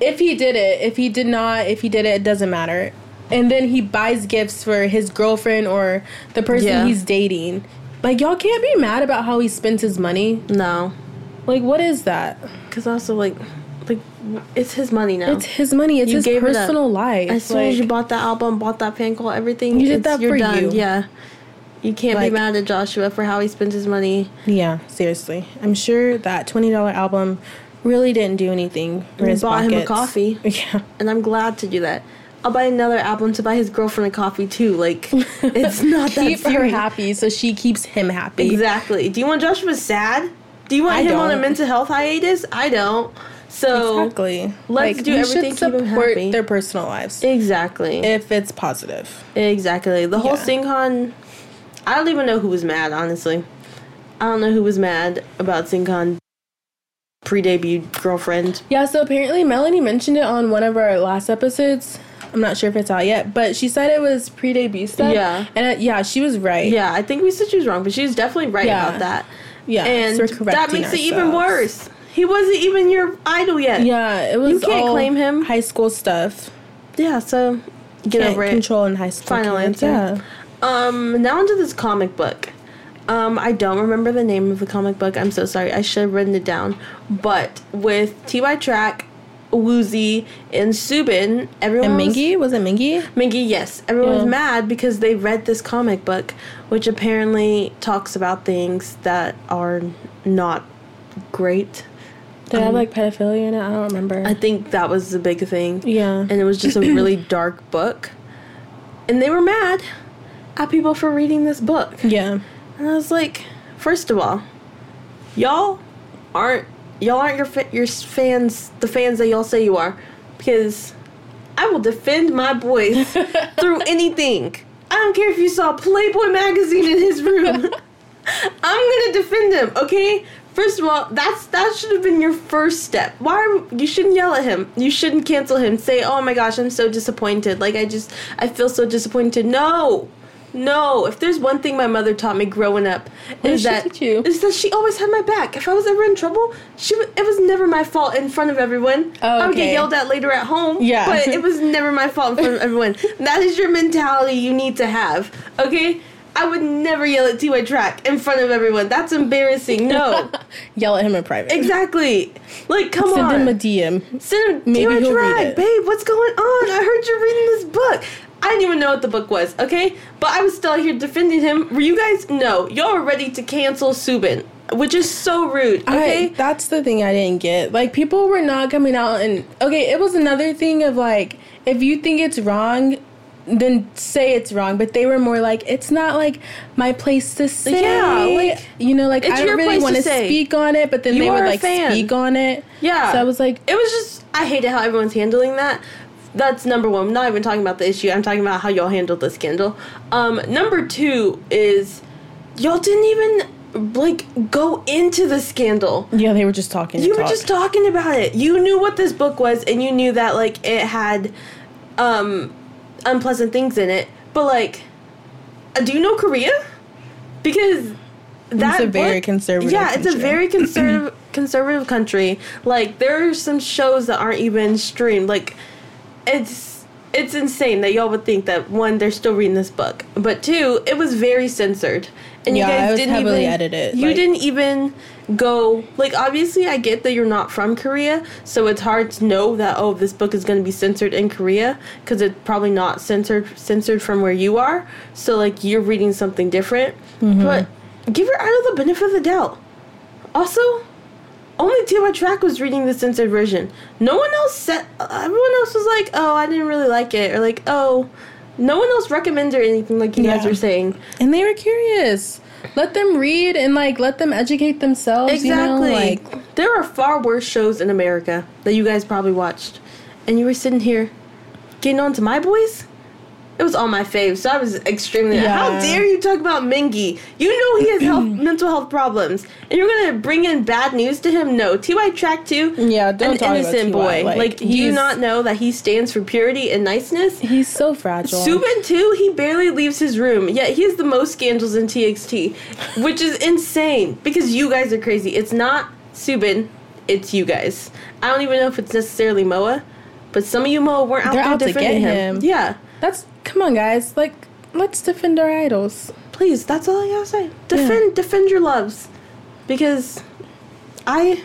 if he did it, if he did not, if he did it, it doesn't matter. And then he buys gifts for his girlfriend or the person
Yeah.
he's dating. Like y'all can't be mad about how he spends his money.
No,
Like what is that?
because also like, like it's his money now.
It's his money. It's
You
his
gave it up.
personal life.
as soon as
Like-
you bought that album, bought that fan call, everything,
You did
it's-
that
you're
for
done.
you.
Yeah, you can't
Like-
be mad at Joshua for how he spends his money.
Yeah, seriously. I'm sure that twenty dollar album really didn't do anything for
You
his
bought him a
pockets.
coffee.
Yeah,
and I'm glad to do that. I'll buy another album to buy his girlfriend a coffee too. Like it's not that
keep her
serious.
happy, so she keeps him happy.
Exactly. Do you want Joshua sad? Do you want
I
him on a
don't.
mental health hiatus? I don't. So
Exactly.
Let's do
you
everything
should
to keep him
support
happy.
their personal lives
exactly,
if it's positive.
exactly. The whole
Yeah.
sing SingCon, I don't even know who was mad. Honestly, I don't know who was mad about SingCon pre-debut girlfriend.
Yeah, so apparently Melanie mentioned it on one of our last episodes. I'm not sure if it's out yet, but she said it was pre-debut stuff.
Yeah.
and uh, yeah, she was right.
Yeah, I think we said she was wrong, but she was definitely right
Yeah.
about that.
yeah,
and
so we're
that
correcting
makes it even
ourselves.
worse. He wasn't even your idol yet.
Yeah, it was.
can't
all
claim him.
High school stuff.
Yeah, so get
Can't
over it.
Control in high school.
Final
kids,
answer.
Yeah.
Um, now onto this comic book. Um, I don't remember the name of the comic book. I'm so sorry. I should have written it down. But with T.Y. Track, Woozy, and Subin, everyone
And
was-
Mingy? Was Um, it Mingy?
Mingy, yes. Everyone's
Yeah.
mad because they read this comic book, which apparently talks about things that are not great.
Did I have like pedophilia in it? I don't remember.
I think that was the big thing.
yeah.
and it was just a really dark book. And they were mad at people for reading this book.
yeah.
And I was like, first of all, y'all aren't y'all aren't your fa- your fans the fans that y'all say you are because I will defend my boys through anything. I don't care if you saw Playboy magazine in his room. I'm gonna defend him, okay? First of all, that's that should have been your first step. Why are, you shouldn't yell at him. You shouldn't cancel him. Say, "Oh my gosh, I'm so disappointed. Like I just I feel so disappointed." No. No, if there's one thing my mother taught me growing up,
did
is
she
that
teach you?
is that she always had my back. If I was ever in trouble, she w- it was never my fault in front of everyone.
Oh,
I would get
okay.
yelled at later at home.
Yeah.
but it was never my fault in front of everyone. That is your mentality you need to have. Okay, I would never yell at Ty Track in front of everyone. That's embarrassing. No,
Yell at him in private.
exactly. Like, come
Send
on.
him a DM.
Send him
Maybe
do a
he'll read
drag,
it.
babe. What's going on? I heard you're reading this book. I didn't even know what the book was, okay? But I was still out here defending him. Were you guys? No, y'all were ready to cancel Subin, which is so rude,
I,
okay?
that's the thing I didn't get. Like people were not coming out and okay, it was another thing of like if you think it's wrong, then say it's wrong. But they were more like it's not like my place to say.
Yeah, like,
you know, like
it's
I don't
your
really
place
want
to
to
say.
speak on it. But then
You
they
are
would
a
like
fan.
speak on it.
yeah.
So I was like,
it was just, I hated how everyone's handling that. That's number one. I'm not even talking about the issue. I'm talking about how y'all handled the scandal. Um, number two is y'all didn't even, like, go into the scandal.
yeah, they were just talking. to
You were
talk.
just talking about it. You knew what this book was, and you knew that like it had um unpleasant things in it. But like, uh, do you know Korea? Because that
a very
book-
conservative
Yeah, it's a
country.
very conservative conservative country. Like there are some shows that aren't even streamed. Like it's it's insane that y'all would think that one they're still reading this book, but two it was very censored, and
Yeah,
you guys
it was
didn't
heavily
even
edited,
You
like-
didn't even go like obviously I get that you're not from Korea, so it's hard to know that oh this book is going to be censored in Korea because it's probably not censored censored from where you are. So like you're reading something different,
Mm-hmm.
but give your idol the benefit of the doubt. Also, only T.Y. Track was reading the censored version. No one else said. Everyone else was like, "Oh, I didn't really like it," or like, "Oh." No one else recommends or anything like you guys
Yeah.
were saying.
and they were curious. Let them read and like let them educate themselves.
Exactly.
You know? Like
there are far worse shows in America that you guys probably watched, and you were sitting here getting on to my boys. It was all my faves, so I was extremely.
Yeah.
How dare you talk about Mingy? You know he has health, mental health problems, and you're gonna bring in bad news to him? No, Ty Track Two,
Yeah, don't
an
talk about
innocent
T.Y.,
boy. Like,
like,
do you
he's-
not know that he stands for purity and niceness?
he's so fragile.
Subin too, he barely leaves his room. Yet he has the most scandals in TXT, which is insane because you guys are crazy. It's not Subin, it's you guys. I don't even know if it's necessarily Moa, but some of you Moa weren't out
They're
there
out to
defending
get
him.
him.
Yeah,
That's come on, guys. Like, let's defend our idols.
please, that's all I gotta say. Defend, defend your loves, because I.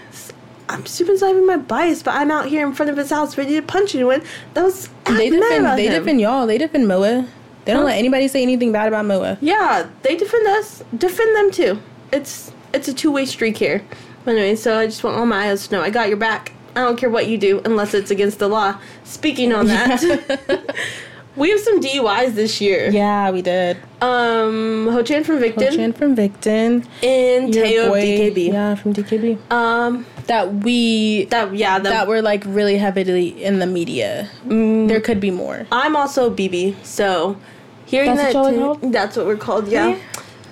I'm Subin's not even my bias, but I'm out here in front of his house ready to punch anyone. That was
They
mad
defend.
about
They
him.
defend y'all. They defend Moa. They don't
Huh?
let anybody say anything bad about Moa.
Yeah, they defend us. Defend them too. It's it's a two way streak here. But anyway, so I just want all my eyes to know I got your back. I don't care what you do unless it's against the law. Speaking on that, we have some DUIs this year.
Yeah, we did.
Um, Ho Chan from Victim
Hochan from Victon.
and
Your
Teo of
boy-
DKB.
Yeah, from DKB.
Um,
That we that,
that yeah, that,
were like really heavily in the media. There could be more.
mm, I'm also BB, so hearing
That's
that
what y'all are
Teo- that's what we're called. Yeah,
Yeah.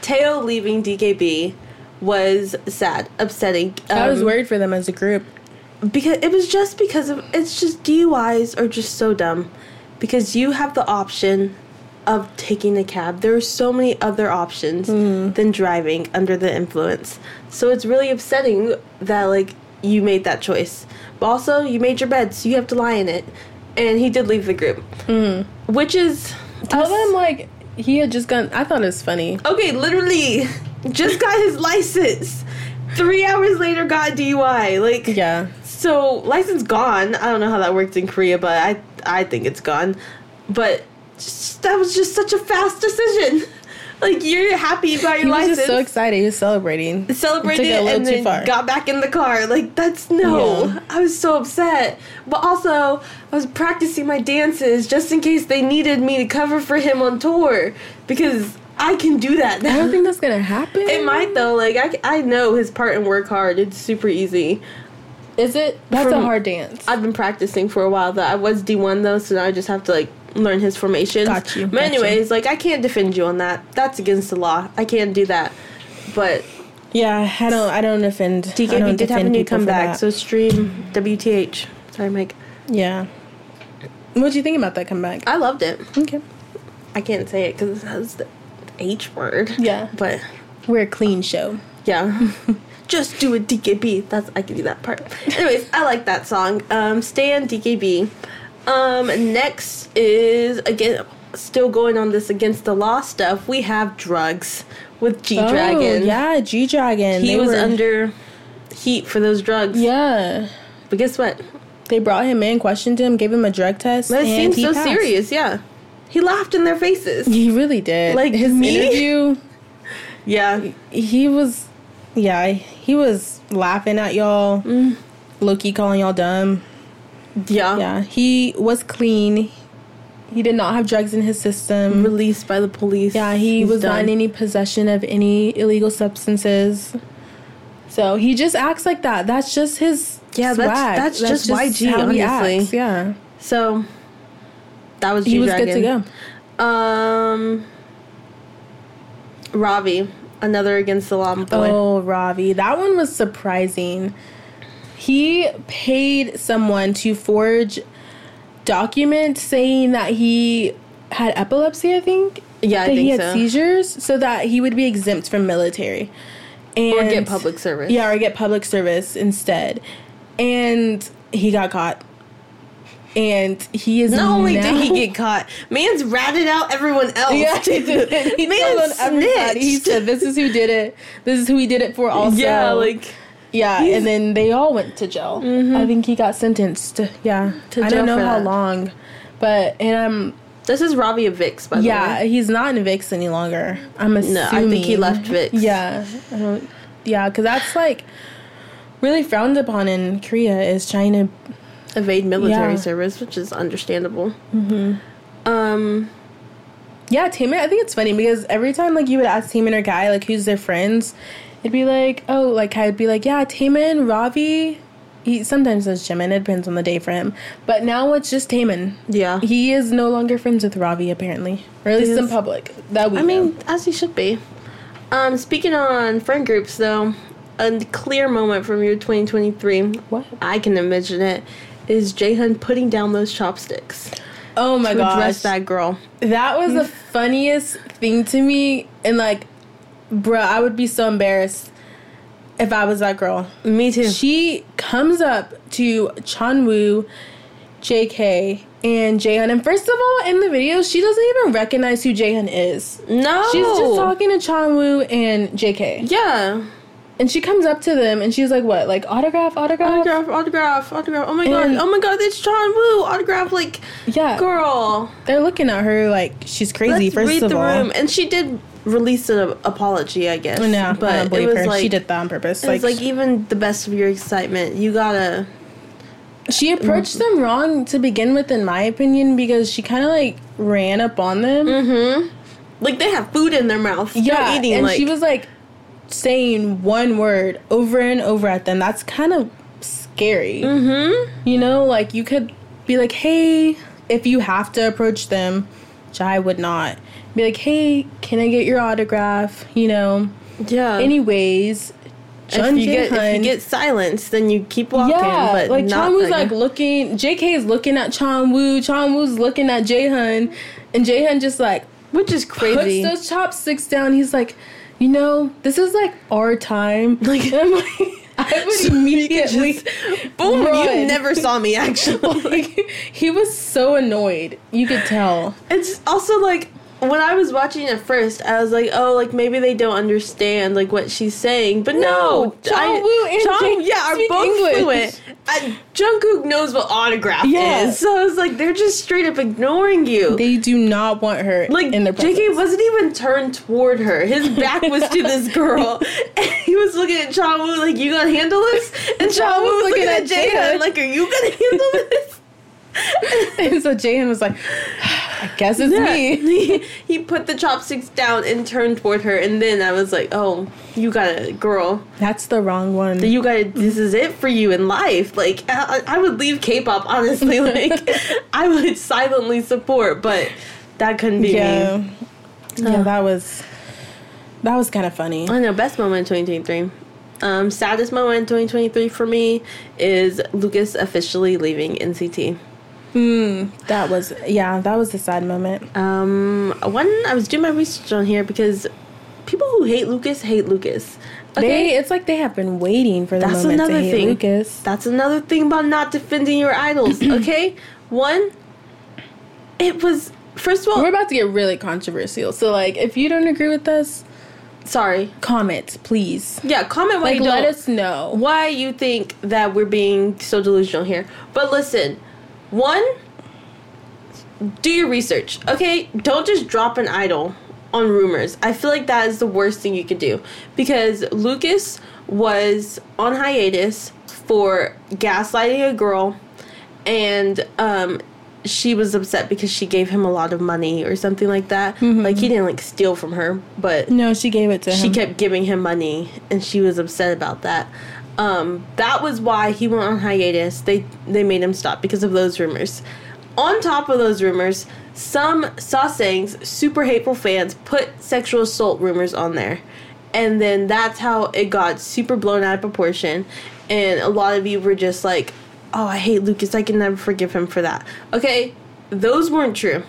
Teo leaving DKB was sad, upsetting.
I was
Um,
worried for them as a group.
because it was just because of it's just DUIs are just so dumb because you have the option of taking a cab. There are so many other options
Hmm.
than driving under the influence. So it's really upsetting that like you made that choice. But also you made your bed, so you have to lie in it. And he did leave the group. Which is
Hmm. Tell them like he had just gone. I thought it was funny.
Okay, literally just got his license. 3 hours later got DUI. Like
Yeah,
so license gone. I don't know how that worked in Korea, but I I think it's gone. But just, that was just such a fast decision. Like you're happy about your
he was
license,
just so excited. He was celebrating.
celebrated,
Took it a little
and
too
then
far.
got back in the car. Like that's no.
Yeah.
I was so upset. But also, I was practicing my dances just in case they needed me to cover for him on tour because I can do that
I
now.
don't think that's gonna happen.
It might though. Like I, I know his part and work hard. It's super easy.
Is it? That's
From-
a hard dance.
I've been practicing for a while though. I was D one though, so now I just have to like learn his formations.
Got you,
But
got you.
anyways, like I can't defend you on that. That's against the law. I can't do that. But
Yeah, I don't. I don't offend. I
DKB
don't
did have a
defend
new
people for
comeback,
that.
so stream WTH. Sorry, Mike.
yeah. What do you think about that comeback?
I loved it.
okay.
I can't say it because it has the H word.
Yeah.
But
We're a clean show.
yeah. Just do a DKB. That's I can do that part. Anyways, I like that song. Um, stay on DKB. Um, next is again still going on this against the law stuff. We have drugs with G Dragon.
Oh, yeah, G Dragon.
He was under heat for those drugs.
Yeah.
But guess what?
They brought him in, questioned him, gave him a drug test.
That
and
seems
he
so
passed.
serious. Yeah. He laughed in their faces.
He really did.
Like
his
me?
interview,
Yeah.
he was, yeah, he was laughing at y'all.
Mm.
Loki calling y'all dumb.
Yeah.
Yeah, he was clean. He did not have drugs in his system.
Released by the police.
Yeah,
Mm.
he
He's
was not
done.
in any possession of any illegal substances. So he just acts like that. That's just his
Yeah, that's-
swag.
that's just YG,
how he
honestly.
acts, Yeah,
So that was
he was
G-Dragon.
good to go.
Um, Ravi, another against the law boy.
Oh, Ravi, that one was surprising. He paid someone to forge documents saying that he had epilepsy. I think
yeah, I
that
think
he had
so.
seizures, so that he would be exempt from military and
Or get public service.
Yeah, or get public service instead. And he got caught. And he is
Not only did he
now-
get caught, man's ratted out everyone else.
yeah, he did. He told
man
on everybody. He
snitched.
said, "This is who did it. This is who he did it for." Also,
yeah, like
yeah, and then they all went to jail. I think he got sentenced. Yeah,
Mm-hmm. To
I
jail
don't know
for
how
that.
long, but and I'm
this is Ravi of Vix, by the
yeah,
way.
he's not in Vix any longer. I'm assuming.
No, I think he left Vix.
Yeah, I don't- yeah, because that's like really frowned upon in Korea is trying to
evade military
Yeah.
service, which is understandable. Mm-hmm. Um,
Yeah, Taemin. I think it's funny because every time like you would ask Taemin or Guy like who's their friends, it'd be like, oh, like I'd be like, yeah, Taemin, Ravi. He sometimes says Jimin. It depends on the day for him. But now it's just Taemin.
yeah,
He is no longer friends with Ravi apparently, or at least in
Yes.
public. That we.
I mean, as he should be. Um, speaking on friend groups, though, a clear moment from year 2023,
What?
I can imagine it, is Jaehyun putting down those chopsticks
oh my
to address
gosh, that.
that girl.
was the funniest thing to me, and like, bruh, I would be so embarrassed if I was that girl.
Me too.
She comes up to Chanwoo, JK, and Jaehyun. And first of all, in the video, she doesn't even recognize who Jaehyun is.
no,
She's just talking to Chanwoo and JK.
Yeah,
And she comes up to them and she's like, what? Like, autograph, autograph?
autograph, autograph, autograph. Oh my god,
And-
oh my god, it's John Woo autograph. Like,
Yeah.
girl,
They're looking at her like she's Uh, crazy,
let's
first
read
of
the
all.
room. And she did release an apology, I guess.
No, but I don't believe her. she did that on purpose.
It's like, even the best of your excitement, you gotta.
She approached them wrong to begin with, in my opinion, because she kind of like ran up on them.
Mm-hmm. Like they have food in their mouth.
yeah,
They're eating
and
like
she was like saying one word over and over at them. That's kind of scary. Mm-hmm. You know, like you could be like, "Hey," if you have to approach them, which I would not. Be like, "Hey, can I get your autograph?" You know.
yeah.
Anyways,
if
Jeon
you get if you
Jae-hyun-
get silence, then you keep walking.
yeah,
but
like
not
Chanwoo's
that-
like looking. JK is looking at Chanwoo. Chanwoo's looking at Jaehyun, and Jaehyun just like
which is crazy.
puts those chopsticks down. He's like, you know, this is like our time. Like, and I'm like I would immediately
Boom! You
run.
never saw me actually.
Like, he was so annoyed. You could tell.
It's also like when I was watching it first, I was like, "Oh, like maybe they don't understand like what she's saying." But no,
No, Jungwoo and Jake
yeah, are
speak
both
English.
fluent. I, Jungkook knows what autograph
Yeah.
is, so I was like, they're just straight up ignoring you.
They do not want her
like
in their presence.
JK wasn't even turned toward her. His back was to this girl, and he was looking at Chawu like, "You gonna handle this?" And Chawu was looking, at Jaden like, "Are you gonna handle this?"
and so Jaehyun was like, I guess it's me.
he, he put the chopsticks down and turned toward her, and then I was like, "Oh, you gotta, girl,
That's the wrong one.
you gotta. This is it for you in life." Like, I, I would leave K-pop honestly. Like, I would silently support, but that couldn't be me.
yeah. Yeah,
Ugh.
that was that was kind of funny.
I know best moment in 2023. Um, saddest moment in 2023 for me is Lucas officially leaving NCT.
Mm, that was yeah, that was a sad moment.
Um, one I was doing my research on here because people who hate Lucas hate Lucas.
They it's like they have been waiting for the
That's
moment
another
to hate
thing.
Lucas.
That's another thing about not defending your idols, okay? One, it was, first of all,
We're about to get really controversial. So like if you don't agree with us,
sorry.
comment, please.
Yeah, comment why
Like
you
let
don't-
us know.
why you think that we're being so delusional here. But listen, one, do your research, okay? Don't just drop an idol on rumors. I feel like that is the worst thing you could do because Lucas was on hiatus for gaslighting a girl and um she was upset because she gave him a lot of money or something like that. Like he didn't like steal from her, but
No, she gave it to
she
him.
kept giving him money and she was upset about that um, that was why he went on hiatus they they made him stop because of those rumors on top of those rumors some sasang's super hateful fans put sexual assault rumors on there and then that's how it got super blown out of proportion and a lot of you were just like oh i hate lucas i can never forgive him for that okay those weren't true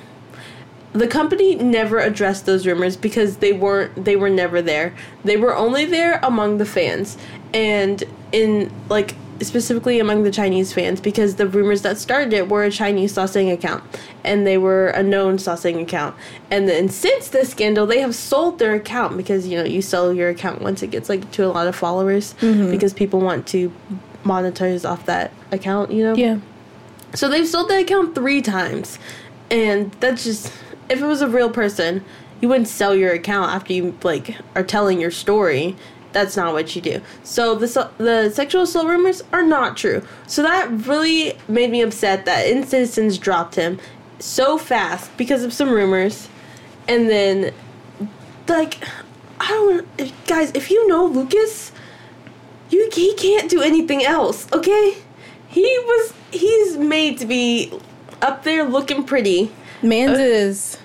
the company never addressed those rumors because they weren't they were never there they were only there among the fans and in like specifically among the chinese fans because the rumors that started it were a chinese saucing account and they were a known saucing account and then since this scandal they have sold their account because you know you sell your account once it gets like to a lot of followers because people want to monetize off that account you know
yeah.
so they've sold that account three times. And that's just if it was a real person, you wouldn't sell your account after you like are telling your story. That's not what you do. So the se- the sexual assault rumors are not true. So that really made me upset that Incitizens dropped him so fast because of some rumors, and then like I don't if, guys if you know Lucas, you he can't do anything else. Okay, he was he's made to be up there looking pretty.
Mans is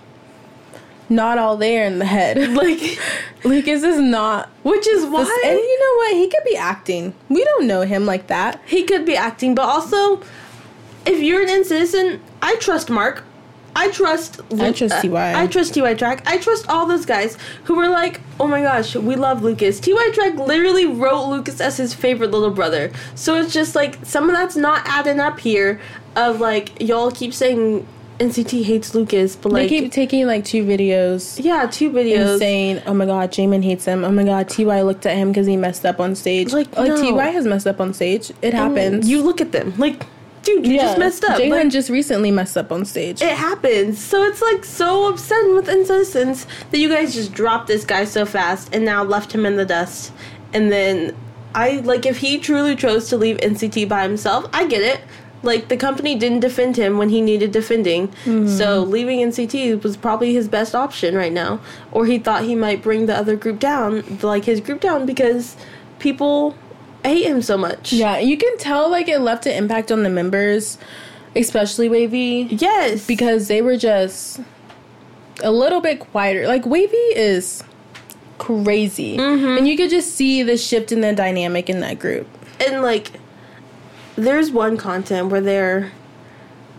not all there in the head.
Like,
Lucas is not
which is why
This- and you know what? He could be acting. We don't know him like that.
he could be acting, but also, if you're an in-citizen, I trust Mark. I trust. Lu-
I trust
uh,
TY.
I trust Ty Track. I trust all those guys who were like, "Oh my gosh, we love Lucas." Ty Track literally wrote Lucas as his favorite little brother. So it's just like some of that's not adding up here. Of like, y'all keep saying NCT hates Lucas, but
They
like,
keep taking like two videos
yeah, two
and
videos.
saying, "Oh my God, Jamin hates him." Oh my God, Ty looked at him because he messed up on stage.
Like,
like Oh.
no.
Ty has messed up on stage. It happens.
You look at them like, dude, you just messed up.
Jamin
Like,
just recently messed up on stage.
it happens. So it's like so upsetting with incessance that you guys just dropped this guy so fast and now left him in the dust. And then I like if he truly chose to leave NCT by himself, I get it. Like the company didn't defend him when he needed defending.
Mm-hmm.
So leaving NCT was probably his best option right now. Or he thought he might bring the other group down, like his group down because people hate him so much.
yeah, you can tell like it left an impact on the members, especially Wavy,
Yes.
because they were just a little bit quieter. Like Wavy is crazy, and you could just see the shift in the dynamic in that group.
and like there's one content where they're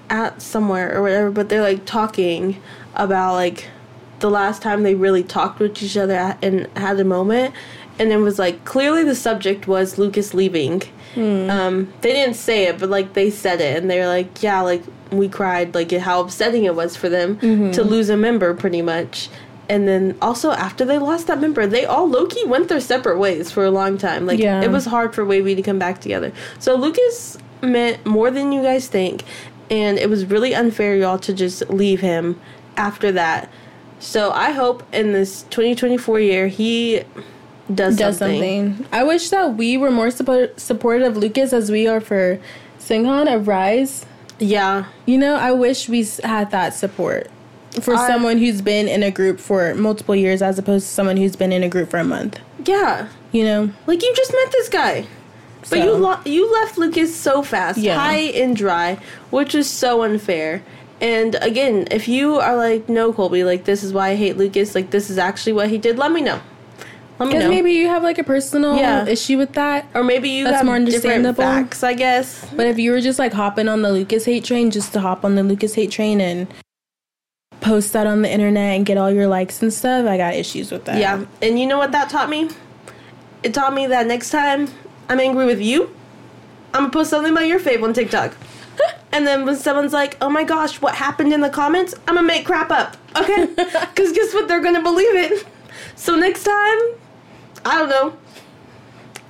at somewhere or whatever but they're like talking about like the last time they really talked with each other at- and had a moment and it was like clearly the subject was lucas leaving
Hmm.
um, they didn't say it but like they said it and they were like yeah like we cried like how upsetting it was for them
Mm-hmm.
to lose a member pretty much and then also after they lost that member they all low-key went their separate ways for a long time like
Yeah.
it was hard for Wavy to come back together. So Lucas meant more than you guys think, and it was really unfair y'all to just leave him after that. So I hope in this 2024 year he does,
does
something.
something. I wish that we were more support- supportive of Lucas as we are for Singhan of Rise.
Yeah,
You know, I wish we s- had that support for
I-
someone who's been in a group for multiple years as opposed to someone who's been in a group for a month.
yeah.
You know?
Like you just met this guy, but you
So-
lo- you left Lucas so fast,
Yeah.
high and dry, which is so unfair. And again, if you are like, no, Colby, like this is why I hate Lucas, like this is actually what he did, let me know. Let me
Because
know.
maybe you have like a personal
Yeah.
issue with that.
or maybe you
That's
have
more
different
understandable.
facts, I guess.
But if you were just like hopping on the Lucas hate train, just to hop on the Lucas hate train and post that on the internet and get all your likes and stuff, I got issues with that.
Yeah. And you know what that taught me? It taught me that next time I'm angry with you, I'm gonna post something about your fave on TikTok. and then when someone's like, oh my gosh, what happened in the comments? I'm gonna make crap up. Okay? Because guess what? They're gonna believe it. So next time, I don't know.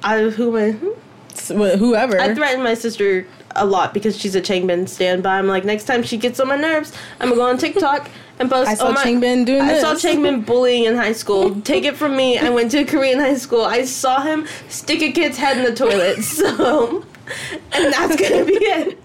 I who am I? hmm?
S- wh- whoever.
I threaten my sister a lot because she's a Changbin standby. I'm like, next time she gets on my nerves, I'm gonna go on TikTok and post.
I saw
oh my-
Changbin doing
I
this.
saw Changbin bullying in high school. Take it from me. I went to a Korean high school. I saw him stick a kid's head in the toilet. So, and that's gonna be it.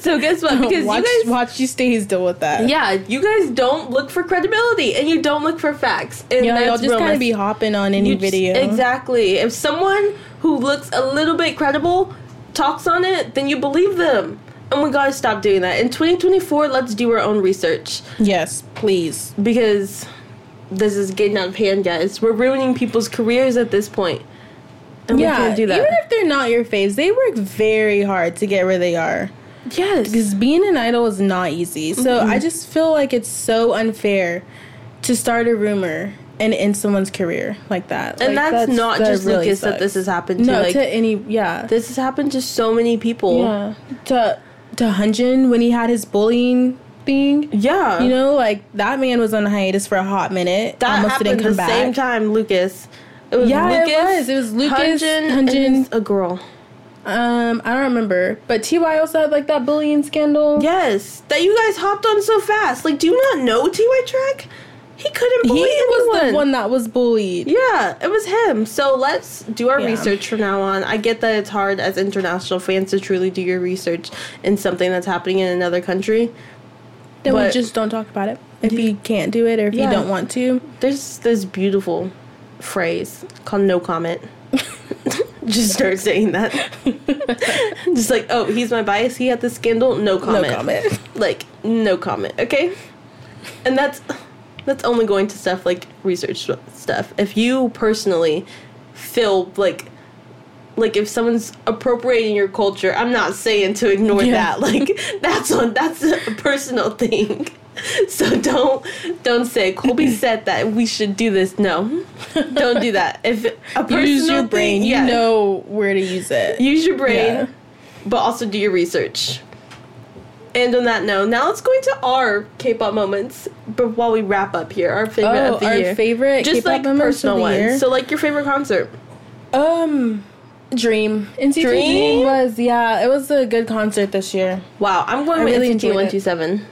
So guess what? Because
watch,
you guys,
watch you stays deal with that.
yeah, you guys don't look for credibility and you don't look for facts. And
you know, y'all
that's
just
real
kind
messed
of be hopping on any
you just-
video.
exactly. If someone who looks a little bit credible talks on it, then you believe them. And we gotta stop doing that. In 2024, let's do our own research
Yes, please.
because this is getting out of hand, guys. We're ruining people's careers at this point. And
yeah,
we can't do that.
even if they're not your faves, they work very hard to get where they are.
yes.
Because being an idol is not easy. So I just feel like it's so unfair to start a rumor and end someone's career like that.
And
Like,
that's, not
that
just
really
Lucas that
sucks.
this has happened to.
No,
like,
to any yeah.
this has happened to so many people.
yeah. To to Hunjin when he had his bullying thing.
Yeah.
You know, like that man was on hiatus for a hot minute.
that
almost
happened
didn't come
the
back.
same time, Lucas. It was
Yeah, it
Lucas,
was. It was Lucas,
Hunjin,
Hunjin.
and his- a girl.
Um, I don't remember. But Ty also had like that bullying scandal.
Yes, that you guys hopped on so fast. Like, do you not know Ty Track? He couldn't
he
bully
was
anyone.
the one that was bullied.
Yeah, it was him. So let's do our
Yeah.
research from now on. I get that it's hard as international fans to truly do your research in something that's happening in another country.
Then we
But-
just don't talk about it. If you can't do it or if
Yeah.
you don't want to.
There's this beautiful phrase called no comment. Just start saying that. Just like, oh, he's my bias. He had this scandal. No comment.
No comment.
like no comment okay and that's that's only going to stuff like research stuff if you personally feel like like if someone's appropriating your culture i'm not saying to ignore
Yeah.
that like that's on that's a personal thing so don't don't say colby said that we should do this no don't do that if a personal
Use your brain.
thing,
you
yeah.
know where to use it.
Use your brain,
Yeah.
but also do your research. And on that note, now let's go into our K-pop moments. But while we wrap up here, our favorite
oh,
of the
our
year,
favorite
just
K-pop
like
moments of
personal
the
ones.
year?
So like your favorite concert.
um Dream. NCT Dream?
Dream?
was yeah, it was a good concert this year.
Wow, I'm going
I
with
really
NCT
enjoyed
One
it.
Two Seven.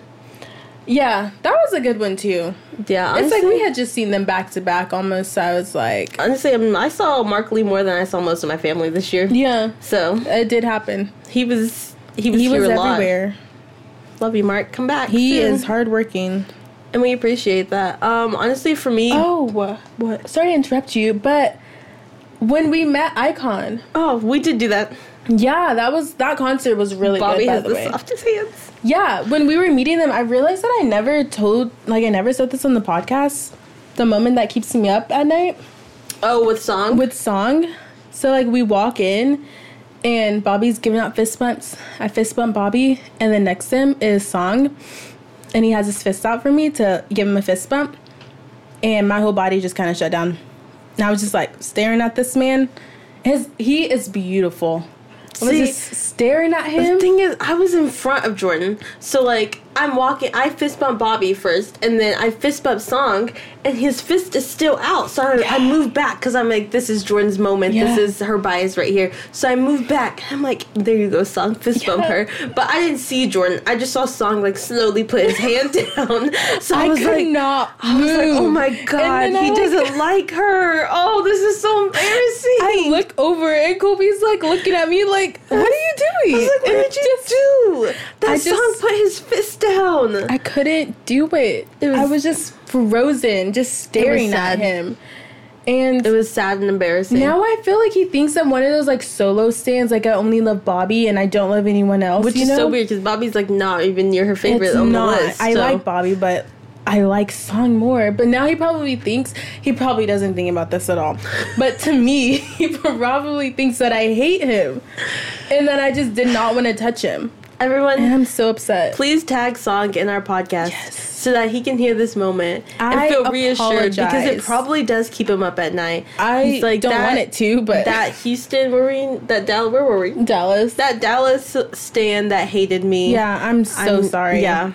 Yeah, that was a good one too.
Yeah,
It's
honestly,
like we had just seen them back to back almost, so I was like
honestly, I'm, I saw Mark Lee more than I saw most of my family this year.
Yeah.
So
It did happen.
he was he was
He
here
was
a lot.
everywhere.
Love you, Mark. Come back.
He
soon.
is hardworking.
and we appreciate that. Um, honestly, for me,
Oh,
what?
sorry to interrupt you, but when we met Icon,
Oh, we did do that.
yeah, that was that concert was really
Bobby
good. By
has
the,
the
way,
softest hands.
yeah, when we were meeting them, I realized that I never told, like, I never said this on the podcast. The moment that keeps me up at night
Oh, with song?
with song. So like we walk in, and Bobby's giving out fist bumps. I fist bump Bobby, and then next to him is song, and he has his fist out for me to give him a fist bump, and my whole body just kind of shut down. And I was just like staring at this man. His he is beautiful. I was
See,
just staring at
the
him.
thing is, I was in front of Jordan, so like I'm walking. I fist bump Bobby first, and then I fist bump Song, and his fist is still out. So I, I move back because I'm like, this is Jordan's moment.
Yeah.
This is her bias right here. So I move back. I'm like, there you go, Song, fist bump
Yeah.
her. But I didn't see Jordan. I just saw Song like slowly put his hand down. So I,
I,
was
could
like,
not
I
move.
was like, oh my god,
then I,
he
like-
doesn't like her. Oh, this is so embarrassing.
I look over and Kobe's like looking at me like, what are you doing?
I was like, what
And
did
it's
you
just-
do? That
I
song
just-
put his fist down.
I couldn't do it.
It was-
I was just frozen, just staring
sad.
at him. And
it was sad and embarrassing.
now I feel like he thinks I'm one of those like solo stands, like I only love Bobby and I don't love anyone else.
which
you
is
know?
so weird because Bobby's like not even near her favorite
It's
on
not.
the list.
I
so-
like Bobby, but I like Song more. But now he probably thinks he probably doesn't think about this at all. But to me, he probably thinks that I hate him and that I just did not want to touch him. And
Everyone,
I'm so upset.
please tag Song in our podcast
Yes.
so that he can hear this moment
I
and feel reassured because it
apologize.
probably does keep him up at night.
I
He's
don't
that,
want it to, but
That Houston, where were we? in- That Dallas, where were we?
Dallas.
That Dallas stand that hated me.
yeah, I'm so
I'm-
sorry.
Yeah,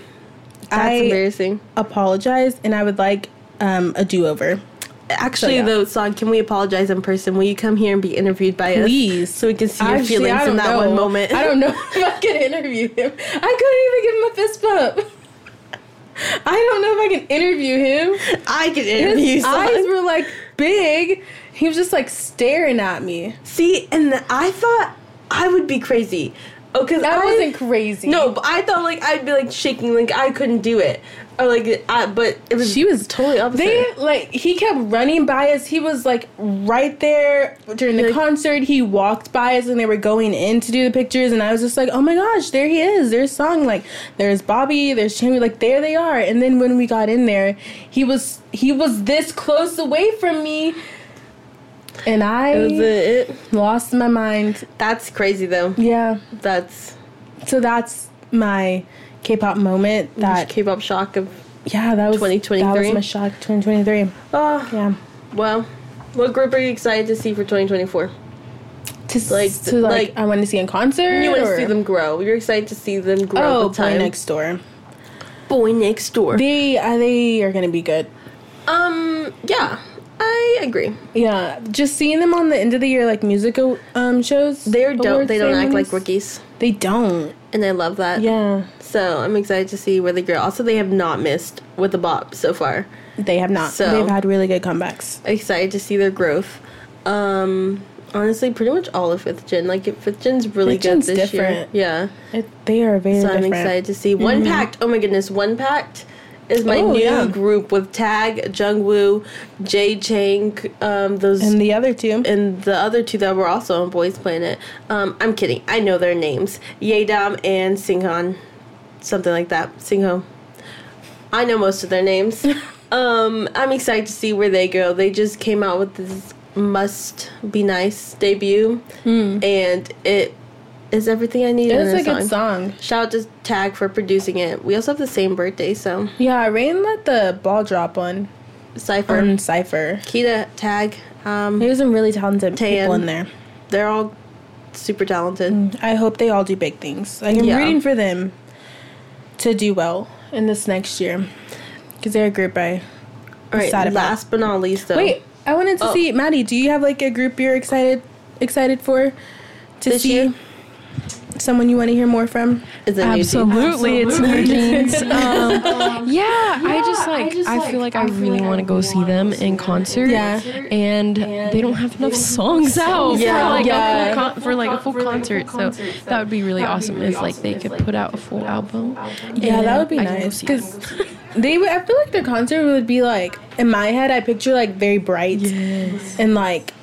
that's
I
embarrassing.
apologize and I would like um, a do over.
Actually,
yeah.
though, Song, can we apologize in person? Will you come here and be interviewed by
Please.
us, so we can see your feelings in that one moment?
I don't know if I could interview him. I couldn't even give him a fist bump. I don't know if I can interview him.
I can
His
interview Song.
eyes were like big. He was just like staring at me.
See, and th- I thought I would be crazy. Oh, cause
That
I,
wasn't crazy.
No, but I thought like I'd be like shaking, like I couldn't do it, or like I. But it was
She was
totally opposite.
They like he kept running by us. He was like right there during the
Like-
concert. He walked by us and they were going in to do the pictures, and I was just like, "Oh my gosh, there he is! There's Song, like there's Bobby, there's Jamie, like there they are." And then when we got in there, he was he was this close away from me, and I
That was it.
lost my mind.
That's crazy though.
Yeah,
That's
so that's my K-pop moment.
that
That
K-pop shock of
yeah, that was That
2023.
was my shock. 2023.
oh
Yeah.
well. What group are you excited to see for 2024?
to s-
Like-
to like,
like-
I want to see in concert.
You want to
or-
see them grow. You're excited to see them grow.
Oh,
with time.
boy next door.
boy next door.
They uh, they are gonna be good.
um, yeah, I agree.
Yeah, just seeing them on the end of the year like musical um shows.
They're dope.
award
They don't act like Uh,
ceremonies,
rookies,
They don't.
and I love that.
Yeah,
So I'm excited to see where they grow. Also, they have not missed with the bop so far.
they have not.
So-
They've had really good comebacks.
Excited to see their growth. Um, honestly, pretty much all of fifth gen. Like it- fifth gen's really
Fifth
good
Gen's
this
different.
year.
It, they are very
Yeah. So I'm
different. Mm-hmm.
excited to see one pact. Oh my goodness, one pact. Is my
Oh,
new
yeah.
group with Tag, Jungwoo, Jay Chang, um, those
And the other two,
and the other two that were also on Boys Planet. Um, I'm kidding. I know their names. Yeadam and Singhan. Something like that. Singho. I know most of their names. um, I'm excited to see where they go. They just came out with this must be nice debut and it is everything I need
Hmm. it
in
is
a
a
song.
good song.
Shout out to Tag for producing it. We also have the same birthday, so
Yeah, Rain let the ball drop on
Cypher,
on Cipher.
Kita, Tag, um,
There's some really talented people
Tan.
in there.
they're all super talented.
I hope they all do big things. Like I'm
Yeah.
rooting for them to do well in this next year because they're a group I.
All right,
sad about.
last but not least, though.
Wait, I wanted to
Oh.
see Maddie. Do you have like a group you're excited excited for to
This
see?
year?
Someone you want to hear more from?
is it Absolutely.
Absolutely, it's
Absolutely.
new jeans. Um, yeah, I just
Yeah, I
like I,
just, like,
feel like
I
I
feel
really
like I
want to go
really
see
wanna
them
go see
in
them in
concert.
Yeah.
concert,
and, they don't have enough songs out
Yeah.
for like
Yeah.
a full con- for like a full
for, like, a full
concert. So
concert, so
that would be really
that would be
awesome
really
if like
awesome
they
if,
could
like,
put out a full album.
Yeah, that would be
I can go
nice
see them.
because they would. I feel like their concert would be like in my head. I picture like very bright and like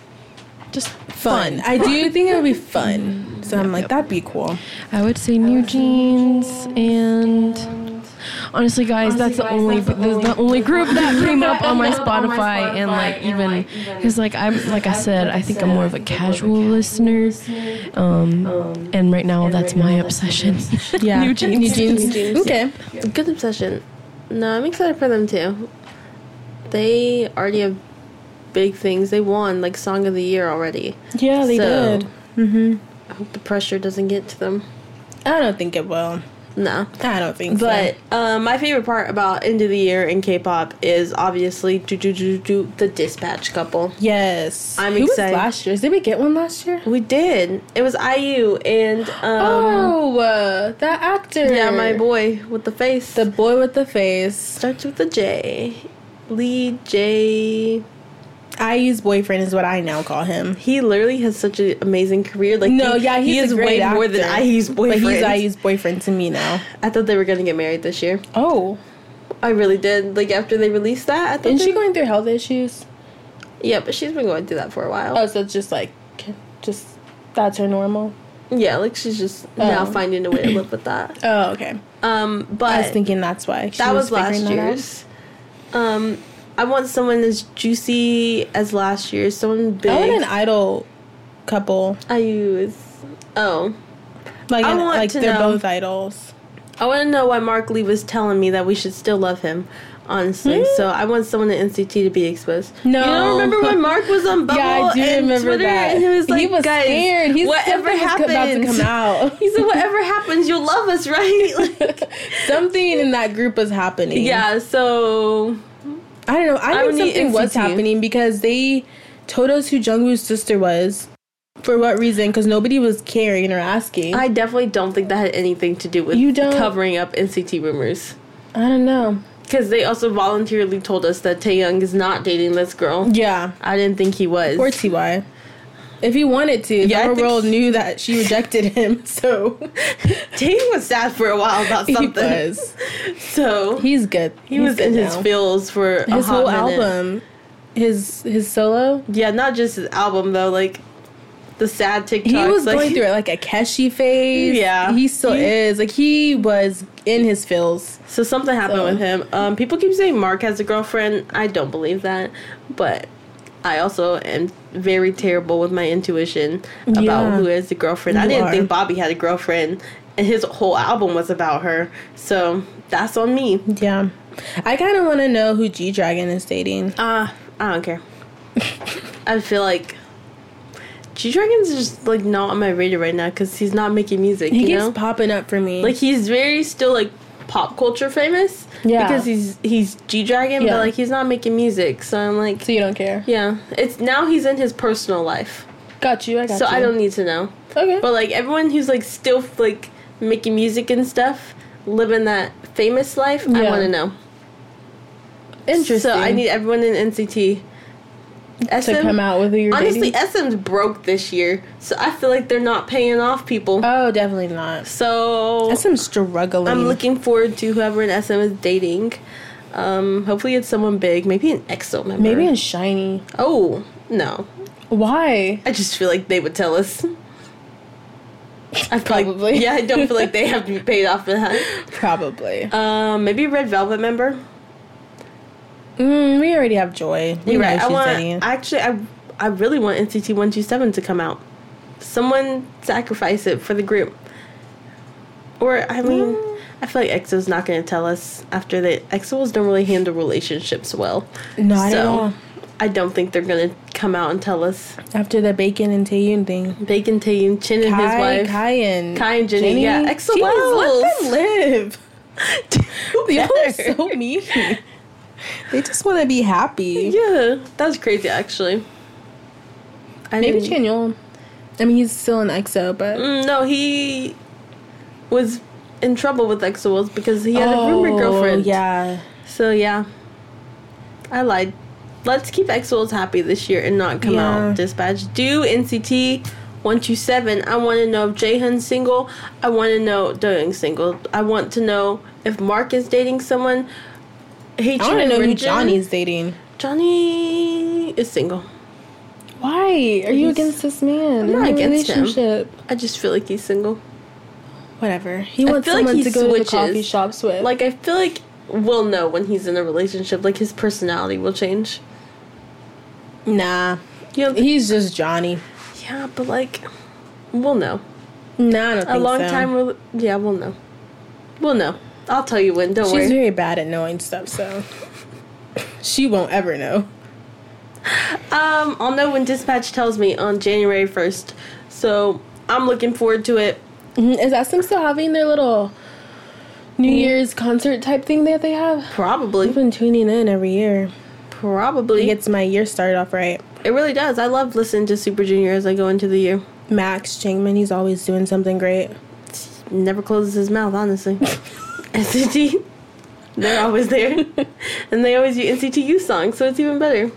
Just
fun. I do think it would be fun. So I'm like that'd be cool.
I would say New Jeans and honestly, guys, that's the
guys,
only
that's the
the,
only-
the only group that came up on my
ended up on my
Spotify and
Spotify
like
and,
even
like, even-
because like I'm like I said, I think I'm more of a casual listener. Um, and right now that's my obsession.
Yeah,
New Jeans.
New jeans. Okay.
Good obsession. No, I'm excited for them too. They already have big things. They won like Song of the Year already.
Yeah, they
So-
did. Mm-hmm.
I hope the pressure doesn't get to them.
I don't think it will.
Nah.
I don't think so.
But um, my favorite part about end of the year in K-pop is obviously do do do do the Dispatch couple.
yes,
I'm
Who
excited.
Was last year's? Did we get one last year?
We did. It was IU and um,
oh, uh, that actor.
yeah, my boy with the face.
the boy with the face.
starts with a J. Lee J.
IU's boyfriend is what I now call him.
He literally has such an amazing career. Like
No,
he,
yeah, he's
he
a
is
great
way more than
actor.
IU's boyfriend.
But he's IU's boyfriend to me now.
I thought they were gonna get married this year.
Oh,
I really did. Like after they released that, I thought.
isn't
they-
she going through health issues?
Yeah, but she's been going through that for a while.
Oh, so it's just like, just that's her normal.
yeah, like she's just now
Oh.
finding a way to live with that.
Oh, okay.
Um,
I was
but
thinking that's why she
that was last
figuring that out.
year's. Um, I want someone as juicy as last year. Someone big.
I want an idol couple.
I use. Oh,
Like,
I
an,
want
like
to
they're
know.
both idols.
I want to know why Mark Lee was telling me that we should still love him. Honestly, so I want someone at NCT to be exposed. you
Hmm? No.
don't remember when Mark was on Bubble?
yeah, I do
and
remember
Twitter,
that.
And he was like, "Guys,
scared. He's
whatever
something was about to
happens."
come out.
He said, "Whatever happens, you'll love us, right?" Like,
something in that group was happening.
yeah. So
I don't know. I,
I
think
would need
something was
NCT.
happening because they told us who Jungwoo's sister was. For what reason? Because nobody was caring or asking.
I definitely don't think that had anything to do with
You don't-
covering up NCT rumors.
I don't know.
Because they also voluntarily told us that Taeyang is not dating this girl.
Yeah.
I didn't think he was.
Or Ty. If he wanted to,
Yeah, I
the whole
think
world
he-
knew that she rejected him. So
Taeyang was sad for a while about
he
something.
was.
So he,
He's good. He's
was in
good
his
now.
feels for a
His
hot
whole
minute.
album, his his solo.
Yeah, not just his album though. Like the sad TikToks.
He was
like,
going through it like a Keshi phase.
Yeah.
he still
He-
is. Like he was in his feels.
So something happened
So-
with him. Um, people keep saying Mark has a girlfriend. I don't believe that, but I also am very terrible with my intuition about
Yeah.
who has a girlfriend. I
You
didn't
are.
think Bobby had a girlfriend, and his whole album was about her. So that's on me.
Yeah, I kind of want to know who G Dragon is dating.
Ah, I don't care. I feel like G Dragon's just like not on my radar right now because he's not making music.
He
you
keeps
know?
popping up for me.
like he's very still like pop culture famous
Yeah.
because he's he's G Dragon
Yeah.
but like he's not making music so I'm like
so you don't care?
yeah it's now he's in his personal life
Got you. I got
so
you.
I don't need to know
Okay.
but like everyone who's like still like making music and stuff living that famous life I
Yeah.
want to know
Interesting.
so I need everyone in NCT
to come out with who you're
honestly
dating.
SM's broke this year so I feel like they're not paying off people
Oh, definitely not.
so
That's some struggling.
I'm looking forward to whoever in SM is dating. Um, hopefully it's someone big, maybe an EXO member.
Maybe in shiny.
oh no,
Why?
I just feel like they would tell us. I feel like-
Probably.
yeah, I don't feel like they have to be paid off for that.
Probably.
Um, maybe Red Velvet member.
Mm, we already have Joy. We
You're
know
right. I
she's
want
dating.
actually, I I really want NCT One Two Seven to come out. Someone sacrifice it for the group. Or I mean,
Mm.
I feel like EXO's not going to tell us after they EXOs don't really handle relationships well.
Not at all.
I don't think they're gonna come out and tell us.
After the bacon and Taeyun thing.
Bacon Taeyun, Chin and his
Kai,
wife.
Kai and
Kai and Jenny, yeah, XOLs.
Jeez, let them live. Y'all are so mean. They just want to be happy.
Yeah, that's crazy actually. I
Maybe
didn't-
Chan Yol. I mean, he's still in EXO, but
Mm, No, he was in trouble with Exowals because he had a rumored girlfriend.
Oh, Yeah,
So yeah, I lied. Let's keep Exowals happy this year and not come
Yeah.
out dispatch. Do NCT one two seven. I want to know if Jaehyun's single. I want to know Doyoung's single. I want to know if Mark is dating someone. Hey,
I want to know who Johnny's dating.
Johnny is single.
Why are you against this man?
I'm not
in a
against him.
relationship?
I just feel like he's single.
Whatever. He
I
wants
feel like
someone
he
to go
switches.
to the coffee shops with.
Like I feel like we'll know when he's in a relationship. Like his personality will change.
nah,
You know,
he's just Johnny.
yeah, but like we'll know.
Nah, I don't
a
think
long
so.
time. Re- yeah, we'll know. We'll know. I'll tell you when. Don't
She's
worry.
very bad at knowing stuff, so she won't e-, ever know.
um, I'll know when dispatch tells me on January first. So I'm looking forward to it.
Mhm. Is Asim still having their little New
Mm.
Year's concert type thing that they have? I've
Probably.
been tuning in every year. It
Probably.
gets my year started off right.
It really does. I love listening to Super Junior as I go into the year.
Max Changman, he's always doing something great.
Never closes his mouth, honestly. NCT. They're always there. and they always do NCT U songs, so it's even better.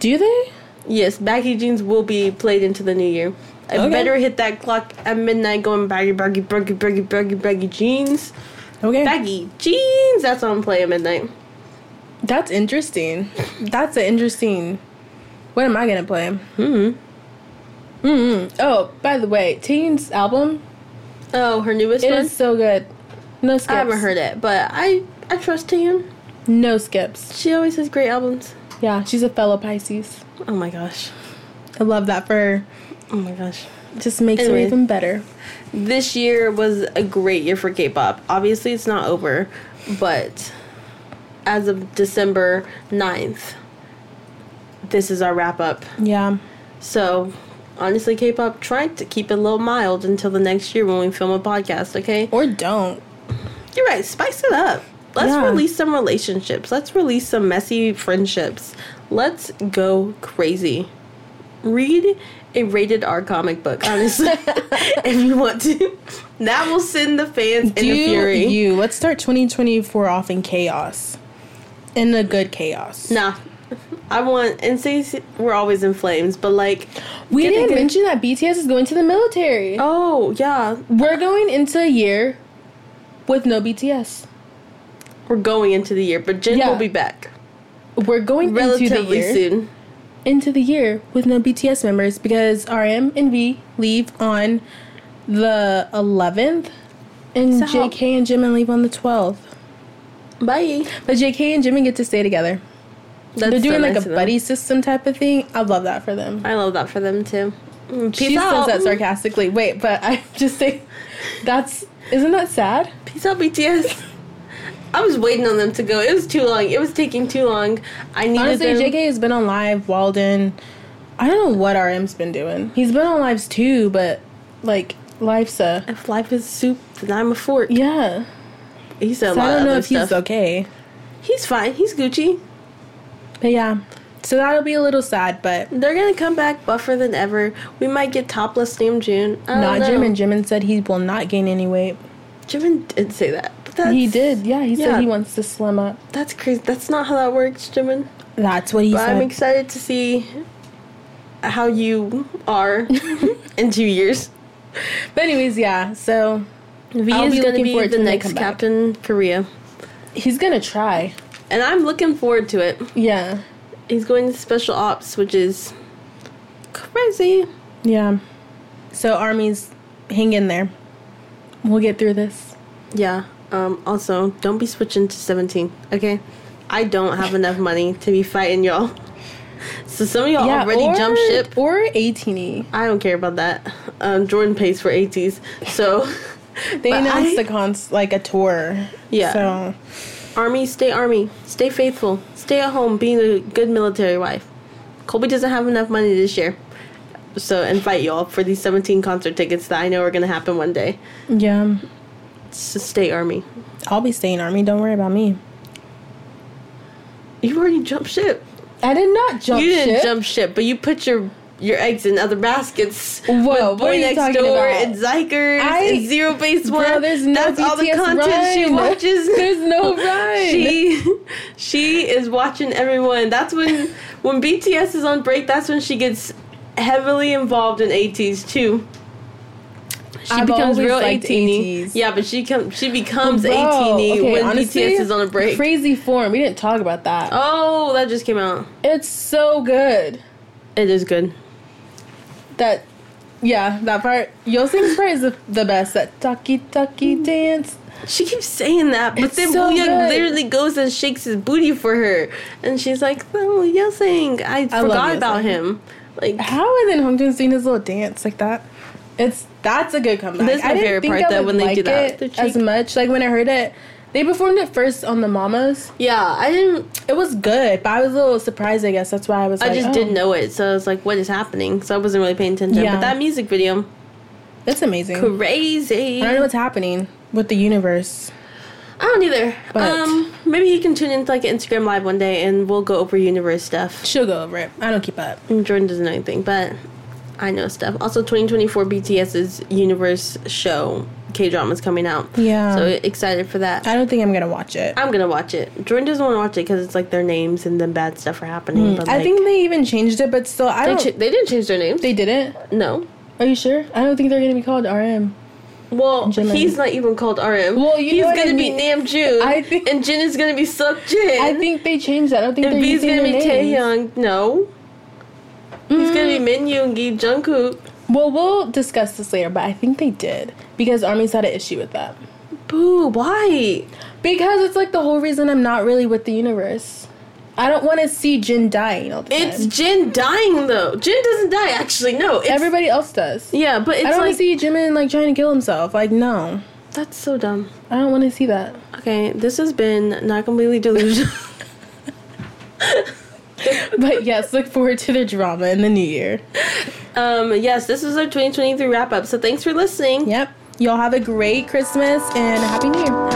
Do they?
Yes, baggy jeans will be played into the new year. I
Okay.
better hit that clock at midnight going baggy, baggy, baggy, baggy, baggy, baggy jeans.
Okay.
Baggy jeans! That's on play at midnight.
That's interesting. That's an interesting. What am I gonna play?
hmm
Mm-hmm. Oh, by the way, Teen's album
Oh, her newest
it
one?
is so good. No skips.
I haven't heard it, but I I trust Taehyun.
No skips.
She always has great albums.
Yeah, she's a fellow Pisces.
Oh my gosh.
I love that for her.
Oh my gosh.
Just makes her
Anyway.
even better.
This year was a great year for K-pop. Obviously, it's not over, but as of December 9th, this is our wrap up.
Yeah.
So, honestly, K-pop, try to keep it a little mild until the next year when we film a podcast, okay?
Or don't.
You're right. Spice it up. Let's
Yeah.
release some relationships. Let's release some messy friendships. Let's go crazy. Read a rated R comic book, honestly, if you want to. That will send the fans
Do
in a fury.
you? Let's start 2024 off in chaos. In a good chaos.
nah. I want, and say we're always in flames, but like,
we
get a
didn't
good-
mention that BTS is going to the military.
oh, yeah,
We're going into a year with no BTS.
we're going into the year, but Jin
Yeah.
will be back
We're going into the
relatively
year
soon.
into the year with no BTS members because RM and V leave on the 11th, and
So how-
JK and Jimin leave on the 12th.
Bye.
But JK and Jimin get to stay together.
That's
They're
so
doing
nice
like
of
a
them.
buddy system type of thing. I love that for them.
I love that for them too. Mm, Peace
she
out.
says that sarcastically. Wait, but I'm just saying, that's isn't that sad?
Peace out, BTS. I was waiting on them to go. It was too long. It was taking too long. I needed
Honestly,
them.
JK has been on live. Walden, I don't know what RM's been doing. He's been on lives too, but like life's a
If life is soup, then I'm a fork.
yeah.
He said a
So
lot
I don't
of
know
other
if
stuff.
he's okay,
He's fine. He's Gucci.
but yeah. So that'll be a little sad, but
They're gonna come back buffer than ever. We might get topless named June. I don't
not
know.
Jimin. Jimin said he will not gain any weight.
Jimin did say that. But that's,
he did, yeah. He
yeah.
said he wants to slim up.
That's crazy. That's not how that works, Jimin.
That's what he
But I'm
said.
excited to see how you are in two years.
but anyways, yeah. So
V
I'll
is
be
gonna
looking
be
forward
the
to when they
next
come back.
Captain Korea.
he's gonna try.
And I'm looking forward to it.
Yeah,
He's going to special ops, which is crazy.
yeah. So armies, hang in there. We'll get through this.
Yeah. Um, also, don't be switching to 17, okay? I don't have enough money to be fighting y'all. So some of y'all
yeah,
already
or,
jump ship.
or E. eighteen.
I don't care about that. Um, Jordan pays for 80s. So,
They
But
announced
I-
the cons like a tour.
Yeah.
So
Army, stay Army. Stay faithful. Stay at home, being a good military wife. Colby doesn't have enough money this year. So, invite y'all for these 17 concert tickets that I know are going to happen one day.
yeah,
So, stay Army.
I'll be staying army. Don't worry about me.
You already jumped ship.
I did not jump.
you didn't
ship.
jump ship, but you put your your eggs in other baskets.
Whoa, what are you talking about?
and Zykers
I-
and Zero Base One.
Bro, there's no
That's all the
BTS
content she
rhyme.
watches.
There's no rhyme.
She she is watching everyone. That's when when BTS is on break. That's when she gets heavily involved in ATs too. She
I've
becomes
always
real
liked
18
ATs.
Yeah, but she com- she becomes 18
Bro, okay,
when
honestly,
BTS is on a break.
Crazy form. We didn't talk about that.
oh, that just came out.
It's so good.
It is good.
That, yeah, that part. Yosing's part is the, the best. That tucky
Mm.
tucky dance.
She keeps saying that, but
It's
then
so
Booyah
good.
literally goes and shakes his booty for her, and she's like, "Oh, Yosing, I,
I
forgot
love
about
Yosing.
him." Like,
How and then Hongjun's doing his little dance like that. It's that's a good comeback.
That's my
I didn't
favorite
think
part,
I
though,
would
when they do
like
that.
it
The cheek-
as much. Like when I heard it, they performed it first on the Mamas.
yeah, I didn't,
It was good, but I was a little surprised. I guess that's why I was.
I
like,
just
oh,
didn't know it, so I was like, "What is happening?" So I wasn't really paying attention.
Yeah.
But that music video,
It's amazing.
crazy.
I don't know what's happening with the universe.
I don't either.
But-
Um, maybe you can tune into like an Instagram live one day, and we'll go over universe stuff.
She'll go over it. I don't keep up.
Jordan doesn't know anything, but I know stuff. Also, 2024 BTS's Universe show K drama's coming out.
Yeah.
So excited for that.
I don't think I'm gonna watch it.
I'm gonna watch it. Jordan doesn't want to watch it because it's like their names and then bad stuff are happening. But
Mm. I
like,
think they even changed it, but still, I
they,
don't.
ch- they didn't change their names.
they didn't.
no.
Are you sure? I don't think they're gonna be called RM.
Well,
Jimin.
he's not even called RM.
Well, you
he's
know what I
gonna be
mean.
Namjoon.
I think-
and Jin is gonna be Suk Jin.
I think they changed that. I don't think
and
they're
B's
using
gonna be
their names. Mm.
Taehyung. No. He's gonna be Minyoon, Gi, Jungkook.
Well, we'll discuss this later, but I think they did because Army's had an issue with that.
Boo, why?
Because it's like the whole reason I'm not really with the universe. I don't want to see Jin dying all the time.
It's Jin dying though. Jin doesn't die actually. No, it's,
Everybody else does.
Yeah, but it's
I don't want
like
to see Jimin like trying to kill himself. Like, no.
that's so dumb.
I don't want to see that.
Okay, this has been not completely delusional.
But yes, look forward to the drama in the new year.
um, yes, this is our 2023 wrap up. So thanks for listening.
Yep. Y'all have a great Christmas and a happy new year.